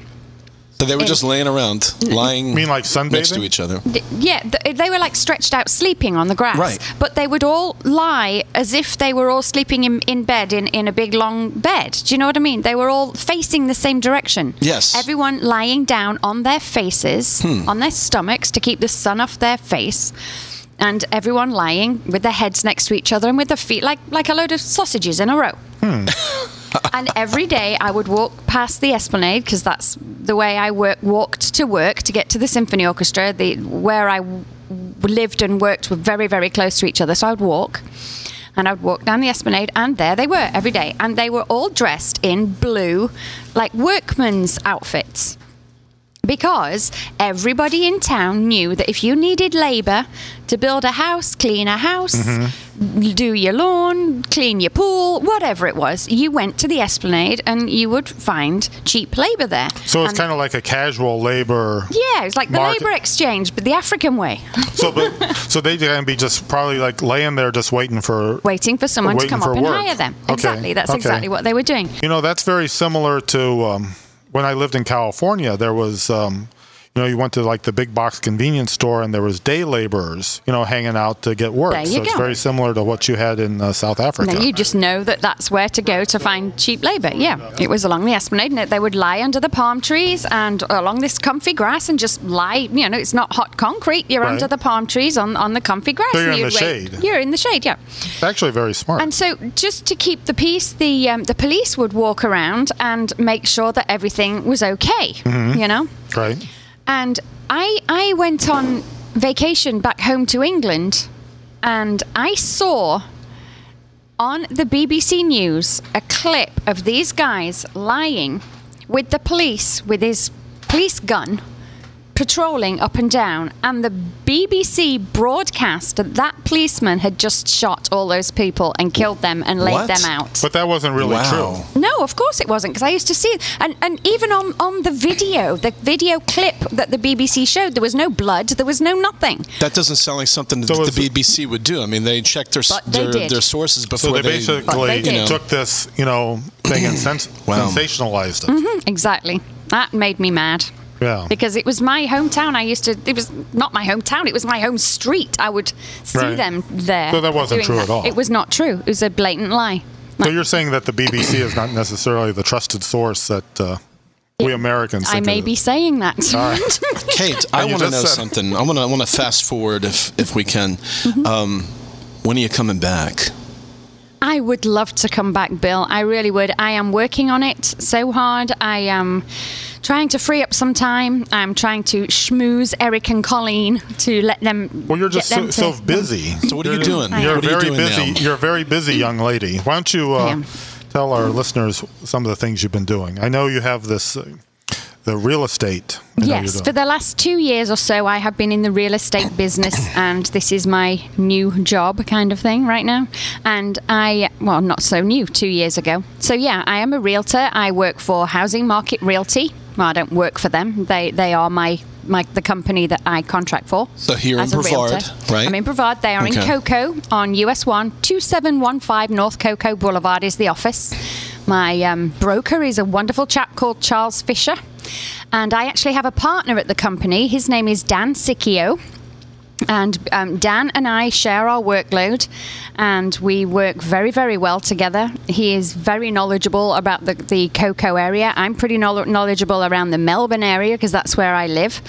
So they were just laying around,
Mm-hmm.
lying
mean like
next
sunbathing?
to each other.
D- Yeah, th- they were like stretched out sleeping on the grass.
Right.
But they would all lie as if they were all sleeping in, in bed in, in a big long bed. Do you know what I mean? They were all facing the same direction.
Yes. Hmm.
Everyone lying down on their faces, on their stomachs to keep the sun off their face. And everyone lying with their heads next to each other and with their feet like, like a load of sausages in a row. and every day I would walk past the Esplanade because that's the way I work, walked to work to get to the symphony orchestra. The where I w- lived and worked were very very close to each other, so I would walk. And I would walk down the Esplanade, and there they were every day. And they were all dressed in blue, like workman's outfits. Because everybody in town knew that if you needed labor to build a house, clean a house, do your lawn, clean your pool, whatever it was, you went to the esplanade and you would find cheap labor there.
So it's
And-
kind of like a casual labor.
yeah, it was like the
Market.
labor exchange, but the African way,
So, but, so they're going to be just probably like laying there, just waiting for.
waiting for someone
Waiting
to come
for
up and
work.
hire them.
Okay,
Exactly, that's
okay.
exactly what they were doing.
You know, that's very similar to um, when I lived in California. There was, um, you know, you went to like the big box convenience store, and there was day laborers, you know, hanging out to get work.
There you
so it's
go.
very similar to what you had in uh, South Africa.
No, you just know that that's where to go to find cheap labour. Yeah, it was along the esplanade, and they would lie under the palm trees and along this comfy grass and just lie. You know, it's not hot concrete. You're
Right.
under the palm trees on, on the comfy grass.
So you're
and
in
you'd
the
wait-
shade.
You're in the shade. Yeah.
It's actually very smart.
And so, just to keep the peace, the um, the police would walk around and make sure that everything was okay. You know.
right.
And I I went on vacation back home to England and I saw on the BBC News a clip of these guys lying with the police with his police gun patrolling up and down and the BBC broadcast that that policeman had just shot all those people and killed them and laid
What?
them out.
But that wasn't really
Wow.
true.
No, of course it wasn't, because I used to see it. And, and even on, on the video, the video clip that the BBC showed, there was no blood, there was no nothing.
That doesn't sound like something
So
that
it's-
the BBC would do. I mean, they check their
But they
their,
did.
their sources
So
before
they basically
But they did.
you know,
took this, you know, thing and sens-
Wow.
sensationalized it.
Exactly. That made me mad.
Yeah.
Mm-hmm. Because it was my hometown. I used to, it was not my hometown, it was my home street. I would see
Right.
them there.
So that wasn't
doing
true at all.
It was not true. It was a blatant lie.
So you're saying that the BBC is not necessarily the trusted source that uh, we Americans
I
think
may
it
be
is.
saying that.
Kate, I
And you
want to know
just said-
something. I want to I want to fast forward if if we can.
Mm-hmm.
Um, when are you coming back?
I would love to come back, Bill. I really would. I am working on it so hard. I am trying to free up some time. I'm trying to schmooze Eric and Colleen to let them.
Well, you're just
get
so,
them
so
to-
busy.
So what are you doing?
You're
What are you
very
doing
busy.
now?
You're a very busy young lady. Why don't you
I
uh,
am.
tell our listeners some of the things you've been doing? I know you have this, uh, the real estate. I know
Yes,
you're
for
doing.
the last two years or so, I have been in the real estate business, and this is my new job kind of thing right now. And I, well, not so new, two years ago. So, yeah, I am a realtor. I work for Housing Market Realty. Well, I don't work for them, they, they are my, my the company that I contract for.
So here in
as a
Brevard,
realtor.
right?
I'm in Brevard. They are
Okay.
in Cocoa on US 1, 2715 North Cocoa Boulevard is the office. My um, broker is a wonderful chap called Charles Fisher. And I actually have a partner at the company. His name is Dan Sicchio. And um, Dan and I share our workload, and we work very, very well together. He is very knowledgeable about the, the Cocoa area. I'm pretty knowl- knowledgeable around the Melbourne area because that's where I live.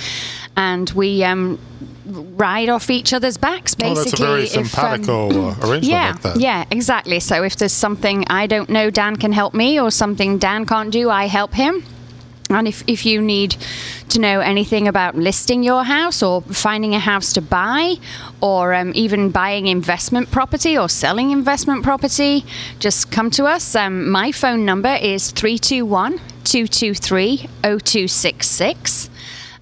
And we um, ride off each other's backs,
Oh,
basically.
that's a very
if, um,
simpatico uh, arrangement
yeah,
like that.
yeah, exactly. So if there's something I don't know, Dan can help me, or something Dan can't do, I help him. And if, if you need to know anything about listing your house or finding a house to buy or um, even buying investment property or selling investment property, just come to us. Um, my phone number is 321 223 0266.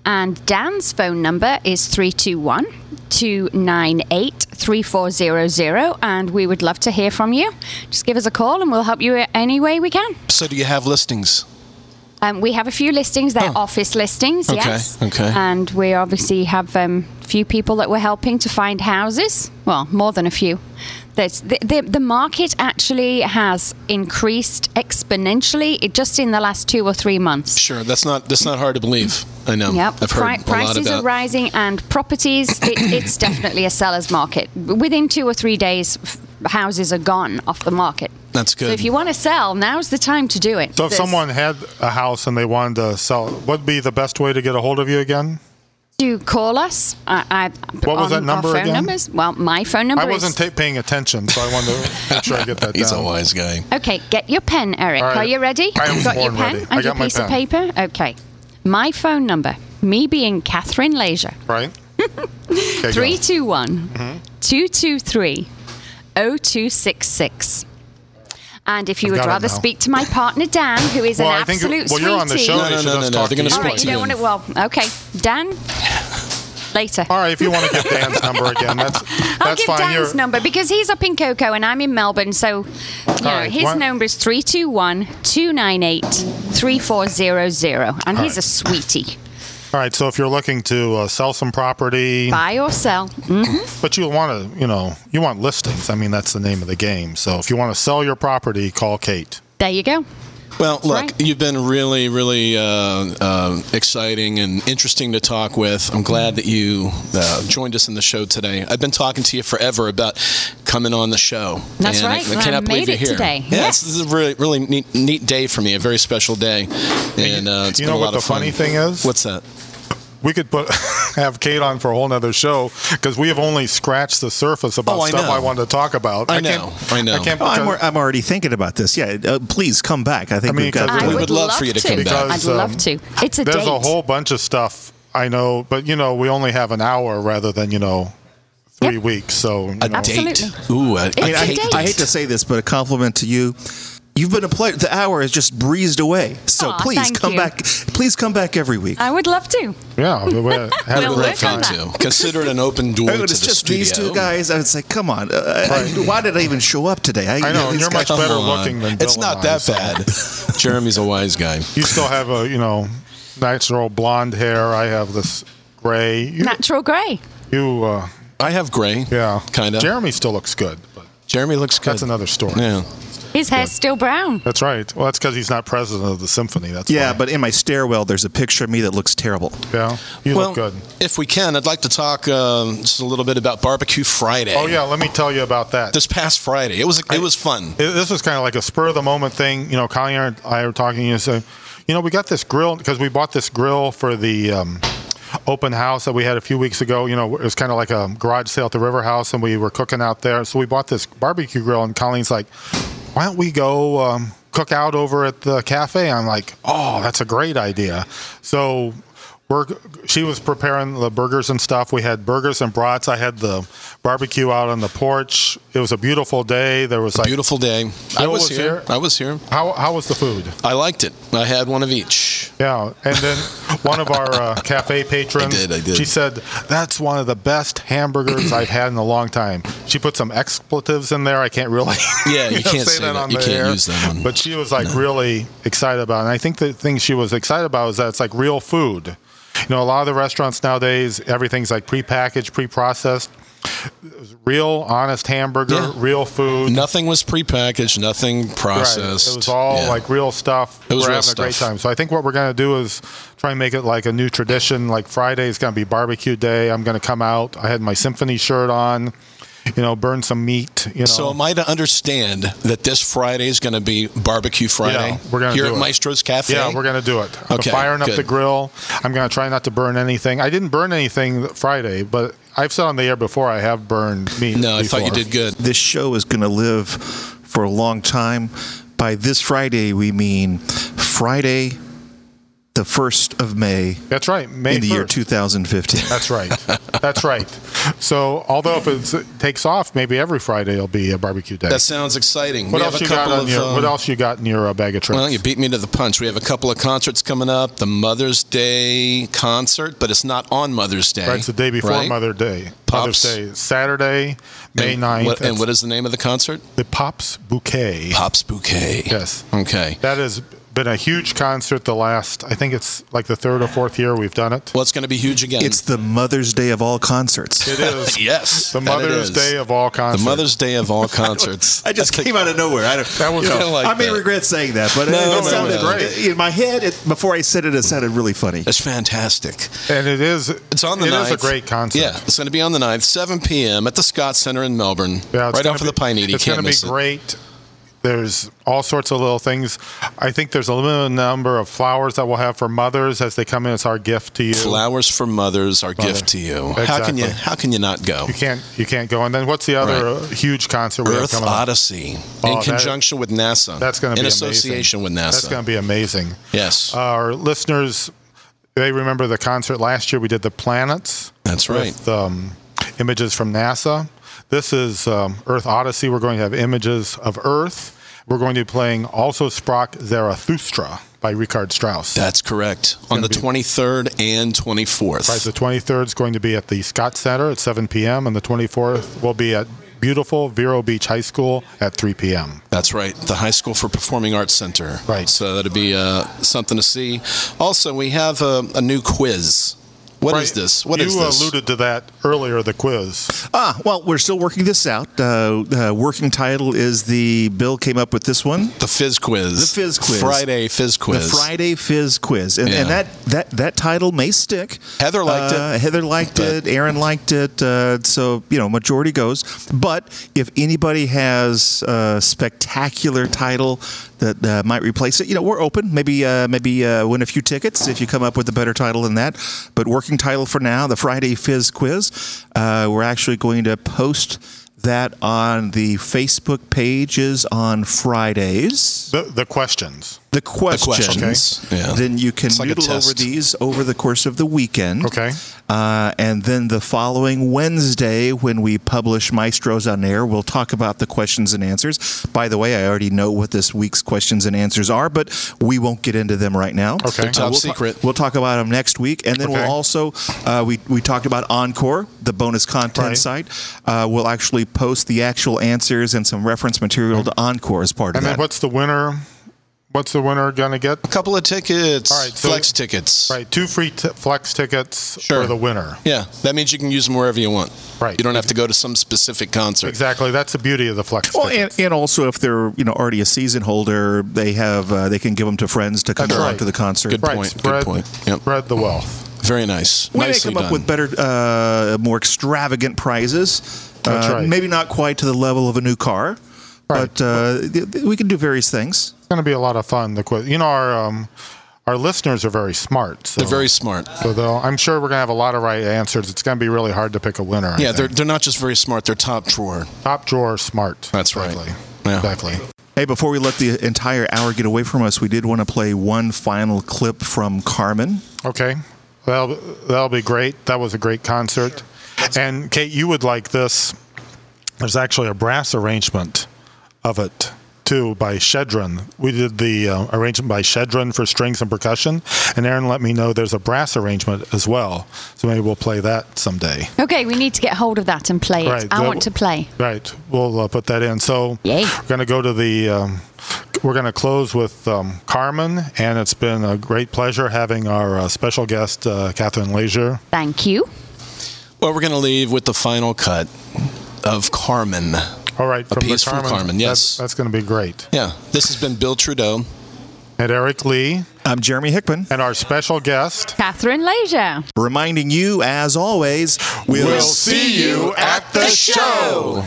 And Dan's phone number is 321 298 3400. And we would love to hear from you. Just give us a call and we'll help you any way we can.
So do you have listings?
Um, we have a few listings. They're
Oh.
office listings,
Okay,
yes.
okay.
And we obviously have um, few people that we're helping to find houses. Well, more than a few. There's, the, the, the market actually has increased exponentially i- just in the last two or three months.
Sure, that's not that's not hard to believe. I know.
Yep.
I've heard
Pri-
a lot
prices
about.
are rising and properties, it, it's definitely a seller's market. Within two or three days, f- houses are gone off the market.
That's good.
So if you want to sell, now's the time to do it.
So if
There's-
someone had a house and they wanted to sell, it, what'd be the best way to get a hold of you again?
do call us. I, I
What was that
on
number
our phone
again?
Numbers. Well, my phone number
I wasn't
is.
ta- paying attention, so I wanted to make sure I get that
He's
down.
a wise guy.
okay, get your pen, Eric.
All right.
Are you ready?
I am
got your
born
pen
ready.
and
I
your
got my
piece of
pen.
paper. Okay, my phone number. Me being Catherine Leisure.
Right? Okay, go. Mm-hmm.
321 223 0266. And if you
I've
would
got it
rather
now.
speak to my partner Dan, who is
Well,
an
I think-
absolute
well, you're on the
sweetie.
show.
No, no,
should
no, no,
just
no.
talk
They're going
to
to
you.
speak
All right,
to
you
you.
don't want to. Well, okay, Dan. Later.
All right, if you want to give Dan's number again, that's, that's
I'll give
fine.
Dan's
You're-
number because he's up in Coco and I'm in Melbourne. So, you know,
right,
his
why-
number is 321 298 3400. And he's a sweetie.
All right, so if you're looking to uh, sell some property,
Buy or sell. Mm.
but you want to, you know, you want listings. I mean, that's the name of the game. So if you want to sell your property, call Kate.
There you go.
Well, look,
Right.
you've been really, really uh, uh, exciting and interesting to talk with. I'm glad that you uh, joined us in the show today. I've been talking to you forever about coming on the show.
That's
and
right.
I, I cannot
I
believe
made
you're
it
here
today.
Yeah,
Yeah.
This is a really, really neat, neat day for me. A very special day, and uh, it's
you
been
know
a
what
lot
the
of fun.
funny thing is?
What's that?
We could put have Kate on for a whole nother show because we have only scratched the surface about
Oh, I
stuff
know.
I wanted to talk about.
I
can't-
know, I know.
can't
Oh, I'm,
because-
I'm already thinking about this. Yeah, uh, please come back. I think
I mean,
we've got.
because
I
the-
would love for you to come back.
Because,
I'd love
um,
to. It's a
there's
date.
a whole bunch of stuff I know, but you know, we only have an hour rather than you know three
Yep.
weeks. So you
A
know,
date?
Absolutely.
Ooh, a,
I
I, mean,
a
I,
date.
hate, I hate to say this, but a compliment to you. You've been a pleasure. The hour has just breezed away. So
Aw,
please
thank
come
you.
back. Please come back every week.
I would love to.
yeah, we, we had
We'll
a
Really
great
work on
fun
time.
that.
too. Consider it an open door
If it
to
was
the
just
studio.
these two guys, I would say, come on. Uh, I- I- why did I even show up today?
I know, and you're much
Come
better
on.
looking than
It's
Bill
not
and I,
that
so-
bad. Jeremy's a wise guy.
You still have a you know natural blonde hair. I have this gray. You,
Natural grey.
you uh,
I have gray.
yeah,
kind of.
Jeremy still looks good, but
Jeremy looks good.
that's another story.
Yeah.
His hair's still brown.
That's right. Well, that's because he's not president of the symphony. That's
Yeah,
why.
but in my stairwell, there's a picture of me that looks terrible.
yeah, you
well,
look good.
if we can, I'd like to talk um, just a little bit about Barbecue Friday.
Oh yeah, let me tell you about that.
This past Friday, it was it was fun.
It- this was kind of like a spur of the moment thing. You know, Collier and I were talking. You say, you know, we got this grill because we bought this grill for the um, open house that we had a few weeks ago. You know, it was kind of like a garage sale at the River House, and we were cooking out there. So we bought this barbecue grill, and Colleen's like, why don't we go um, cook out over at the cafe? I'm like, oh, that's a great idea. So we're, she was preparing the burgers and stuff. We had burgers and brats. I had the barbecue out on the porch. It was a beautiful day. There was like
Beautiful day. I
Bill
was,
was
here.
here.
I was here.
how, how was the food?
I liked it. I had one of each.
Yeah, and then one of our uh, cafe patrons,
I did, I did.
she said that's one of the best hamburgers I've had in a long time. She put some expletives in there. I can't really,
Yeah, you
know,
can't say that. You
the
can't
air,
use that one.
But she was like really excited about, it. and I think the thing she was excited about is that it's like real food. You know, a lot of the restaurants nowadays, everything's like prepackaged, pre-processed. It was real, honest hamburger,
Yeah.
real food.
Nothing was prepackaged. Nothing
Right.
processed.
It was all
Yeah.
like real stuff.
It was
we're
real
having a great
stuff.
time. So I think what we're going to do is try and make it like a new tradition. Like Friday is going to be barbecue day. I'm going to come out. I had my symphony shirt on. You know, burn some meat. You know,
So am I to understand that this Friday is going to be Barbecue Friday?
Yeah, we're gonna
here
do
at
it.
Maestro's Cafe.
Yeah, we're going to do it. I'm
Okay,
firing up
good.
the grill. I'm going to try not to burn anything. I didn't burn anything Friday, but I've said on the air before I have burned meat.
No, I thought you
before.
did good.
This show is going to live for a long time. By this Friday, we mean Friday, the 1st of May,
That's right. May
in the year
1st.
2015.
That's right. That's right. So, although if it's- it takes off, maybe every Friday will be a barbecue day.
That sounds exciting.
What
we
else
have a
you got
couple
on
of
your
um,
What else you got in your uh, bag of tricks?
Well, you beat me to the punch. We have a couple of concerts coming up. The Mother's Day concert, but it's not on Mother's Day.
That's the day before
right?
Mother's Day.
Pops.
Mother's Day, Saturday, May
And
9th.
What, and
It's
what is the name of the concert?
the Pops Bouquet?
Pops Bouquet.
Yes.
Okay.
That is been a huge concert the last, I think it's like the third or fourth year we've done it.
Well, it's going to be huge again.
It's the Mother's Day of all concerts.
It is
yes,
the
that it is.
Mother's Day of all
the
concerts.
Mother's Day of all concerts.
I just came out of nowhere. I, don't,
That was
you know,
I like
I may
that.
regret saying that, but
No,
it,
no,
it sounded
no.
great. In my head, it, before I said it, it sounded really funny.
It's fantastic.
and it is.
It's on the
It is
9th.
a great concert.
Yeah, it's going to be on the 9th, 7 p.m. at the Scott Center in Melbourne,
Yeah, it's
right
gonna
off
be-
of the Pine Eaty.
It's going to
Can't
be
miss it.
great. There's all sorts of little things. I think there's a limited number of flowers that we'll have for mothers as they come in. It's our gift to you.
Flowers for mothers, our gift to you. How can you?
Exactly.
How can you not go?
You can't you can't go. And then what's the other uh huge concert we have
Earth
coming up?
Odyssey
Oh,
in
that-
conjunction with NASA.
That's going to
in
be amazing.
association with NASA.
That's going to be uh, amazing.
yes,
Our listeners, they remember the concert last year. We did the planets.
that's right.
with um, images from NASA. This is um, Earth Odyssey. We're going to have images of Earth. We're going to be playing also Sprach Zarathustra by Richard Strauss.
That's correct. On the 23rd and
right,
24th.
the 23rd is going to be at the Scott Center at 7 p.m., and the 24th will be at beautiful Vero Beach High School at 3 p.m.
That's right. The High School for Performing Arts Center.
Right.
So that'll be uh, something to see. Also, we have a, a new quiz. What is this? What
you
is this?
alluded to that earlier, the quiz.
Ah, well, we're still working this out. Uh, uh, working title is the Bill came up with this one.
the Fizz Quiz.
The Fizz Quiz.
Friday Fizz Quiz.
The Friday Fizz Quiz, and, and
Yeah.
that, that that title may stick.
Heather liked it.
Uh, Heather liked
But-
it. Aaron liked it. Uh, so you know, majority goes. But if anybody has a spectacular title that uh, might replace it, you know, we're open. Maybe uh, maybe uh, win a few tickets if you come up with a better title than that. But working title for now, the Friday Fizz Quiz. Uh, we're actually going to post. That on the Facebook pages on Fridays
The, the questions.
the questions.
questions, Okay. yeah.
Then you can
It's like a
noodle over
test.
these over the course of the weekend.
Okay.
Uh, and then the following Wednesday, when we publish Maestros on Air, we'll talk about the questions and answers. By the way, I already know what this week's questions and answers are, but we won't get into them right now.
Okay. They're
top
we'll
secret.
we'll talk about them next week, and then
Okay.
we'll also uh, we we talked about Encore, the bonus content
Right.
site. Uh, we'll actually post the actual answers and some reference material to Encore as part of
And
that.
then what's the winner? What's the winner going to get?
A couple of tickets.
All right, so-
Flex tickets.
Right, two free t- flex tickets
Sure.
for the winner.
Yeah. That means you can use them wherever you want.
Right.
You don't have to go to some specific concert.
Exactly. That's the beauty of the flex.
Well,
ticket.
and, and also if they're you know already a season holder, they have uh, they can give them to friends to come
That's
along
right.
to the concert.
Good
right.
point. Good
Spread,
point. Yep.
spread the wealth.
Very nice.
We may
Nicely
come up
done.
with better, uh, more extravagant prizes.
That's
Uh,
right.
Maybe not quite to the level of a new car,
Right.
but uh, th- th- we can do various things.
It's going to be a lot of fun. The quiz. You know, our um, our listeners are very smart. So,
They're very smart.
So though, I'm sure we're going to have a lot of right answers. It's going to be really hard to pick a winner. I
Yeah, they're,
think.
they're not just very smart, they're top drawer.
top drawer smart.
That's right.
exactly.
Yeah.
Exactly.
Hey, before we let the entire hour get away from us, we did want to play one final clip from Carmen.
Okay. Well, that'll be great. That was a great concert. And Kate, you would like this. There's actually a brass arrangement of it too by Shedron. We did the uh, arrangement by Shedron for strings and percussion, and Aaron let me know there's a brass arrangement as well. So maybe we'll play that someday.
Okay, we need to get hold of that and play it.
Right,
I
that
want to
w-
play.
Right. We'll uh, put that in. So
Yay.
we're going to go to the. Um, we're going to close with um, Carmen, and it's been a great pleasure having our uh, special guest, uh, Catherine Leisure.
Thank you.
Well, we're going to leave with the final cut of Carmen.
All right,
A
from
piece
the
from
Carmen.
Carmen, yes.
That- that's going to be great.
Yeah, this has been Bill Trudeau.
And Eric Lee
I'm Jeremy Hickman,
and our special guest.
Catherine Leisure.
reminding you, as always, we'll,
see you at the show.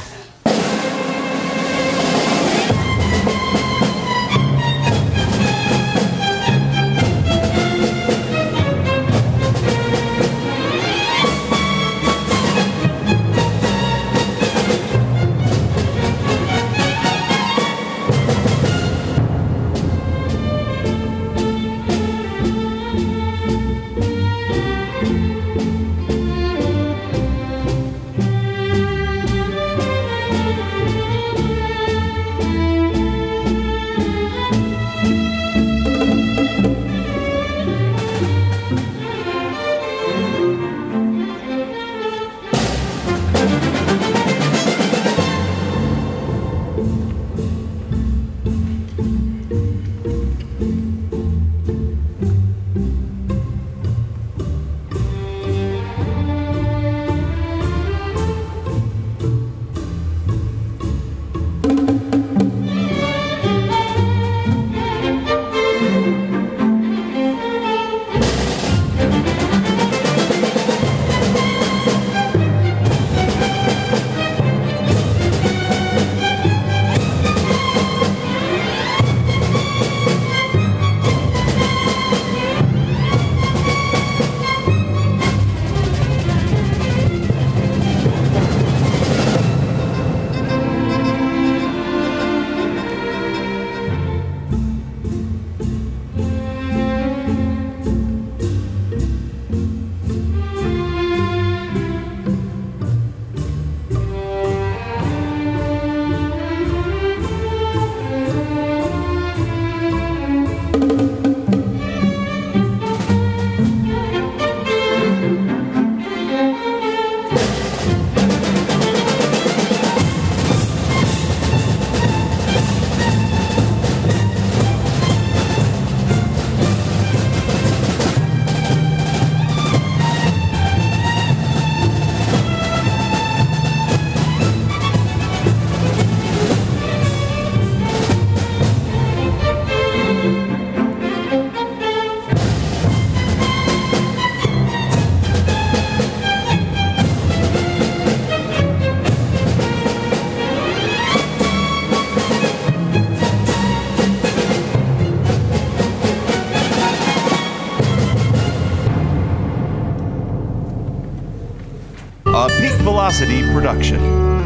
Audacity production.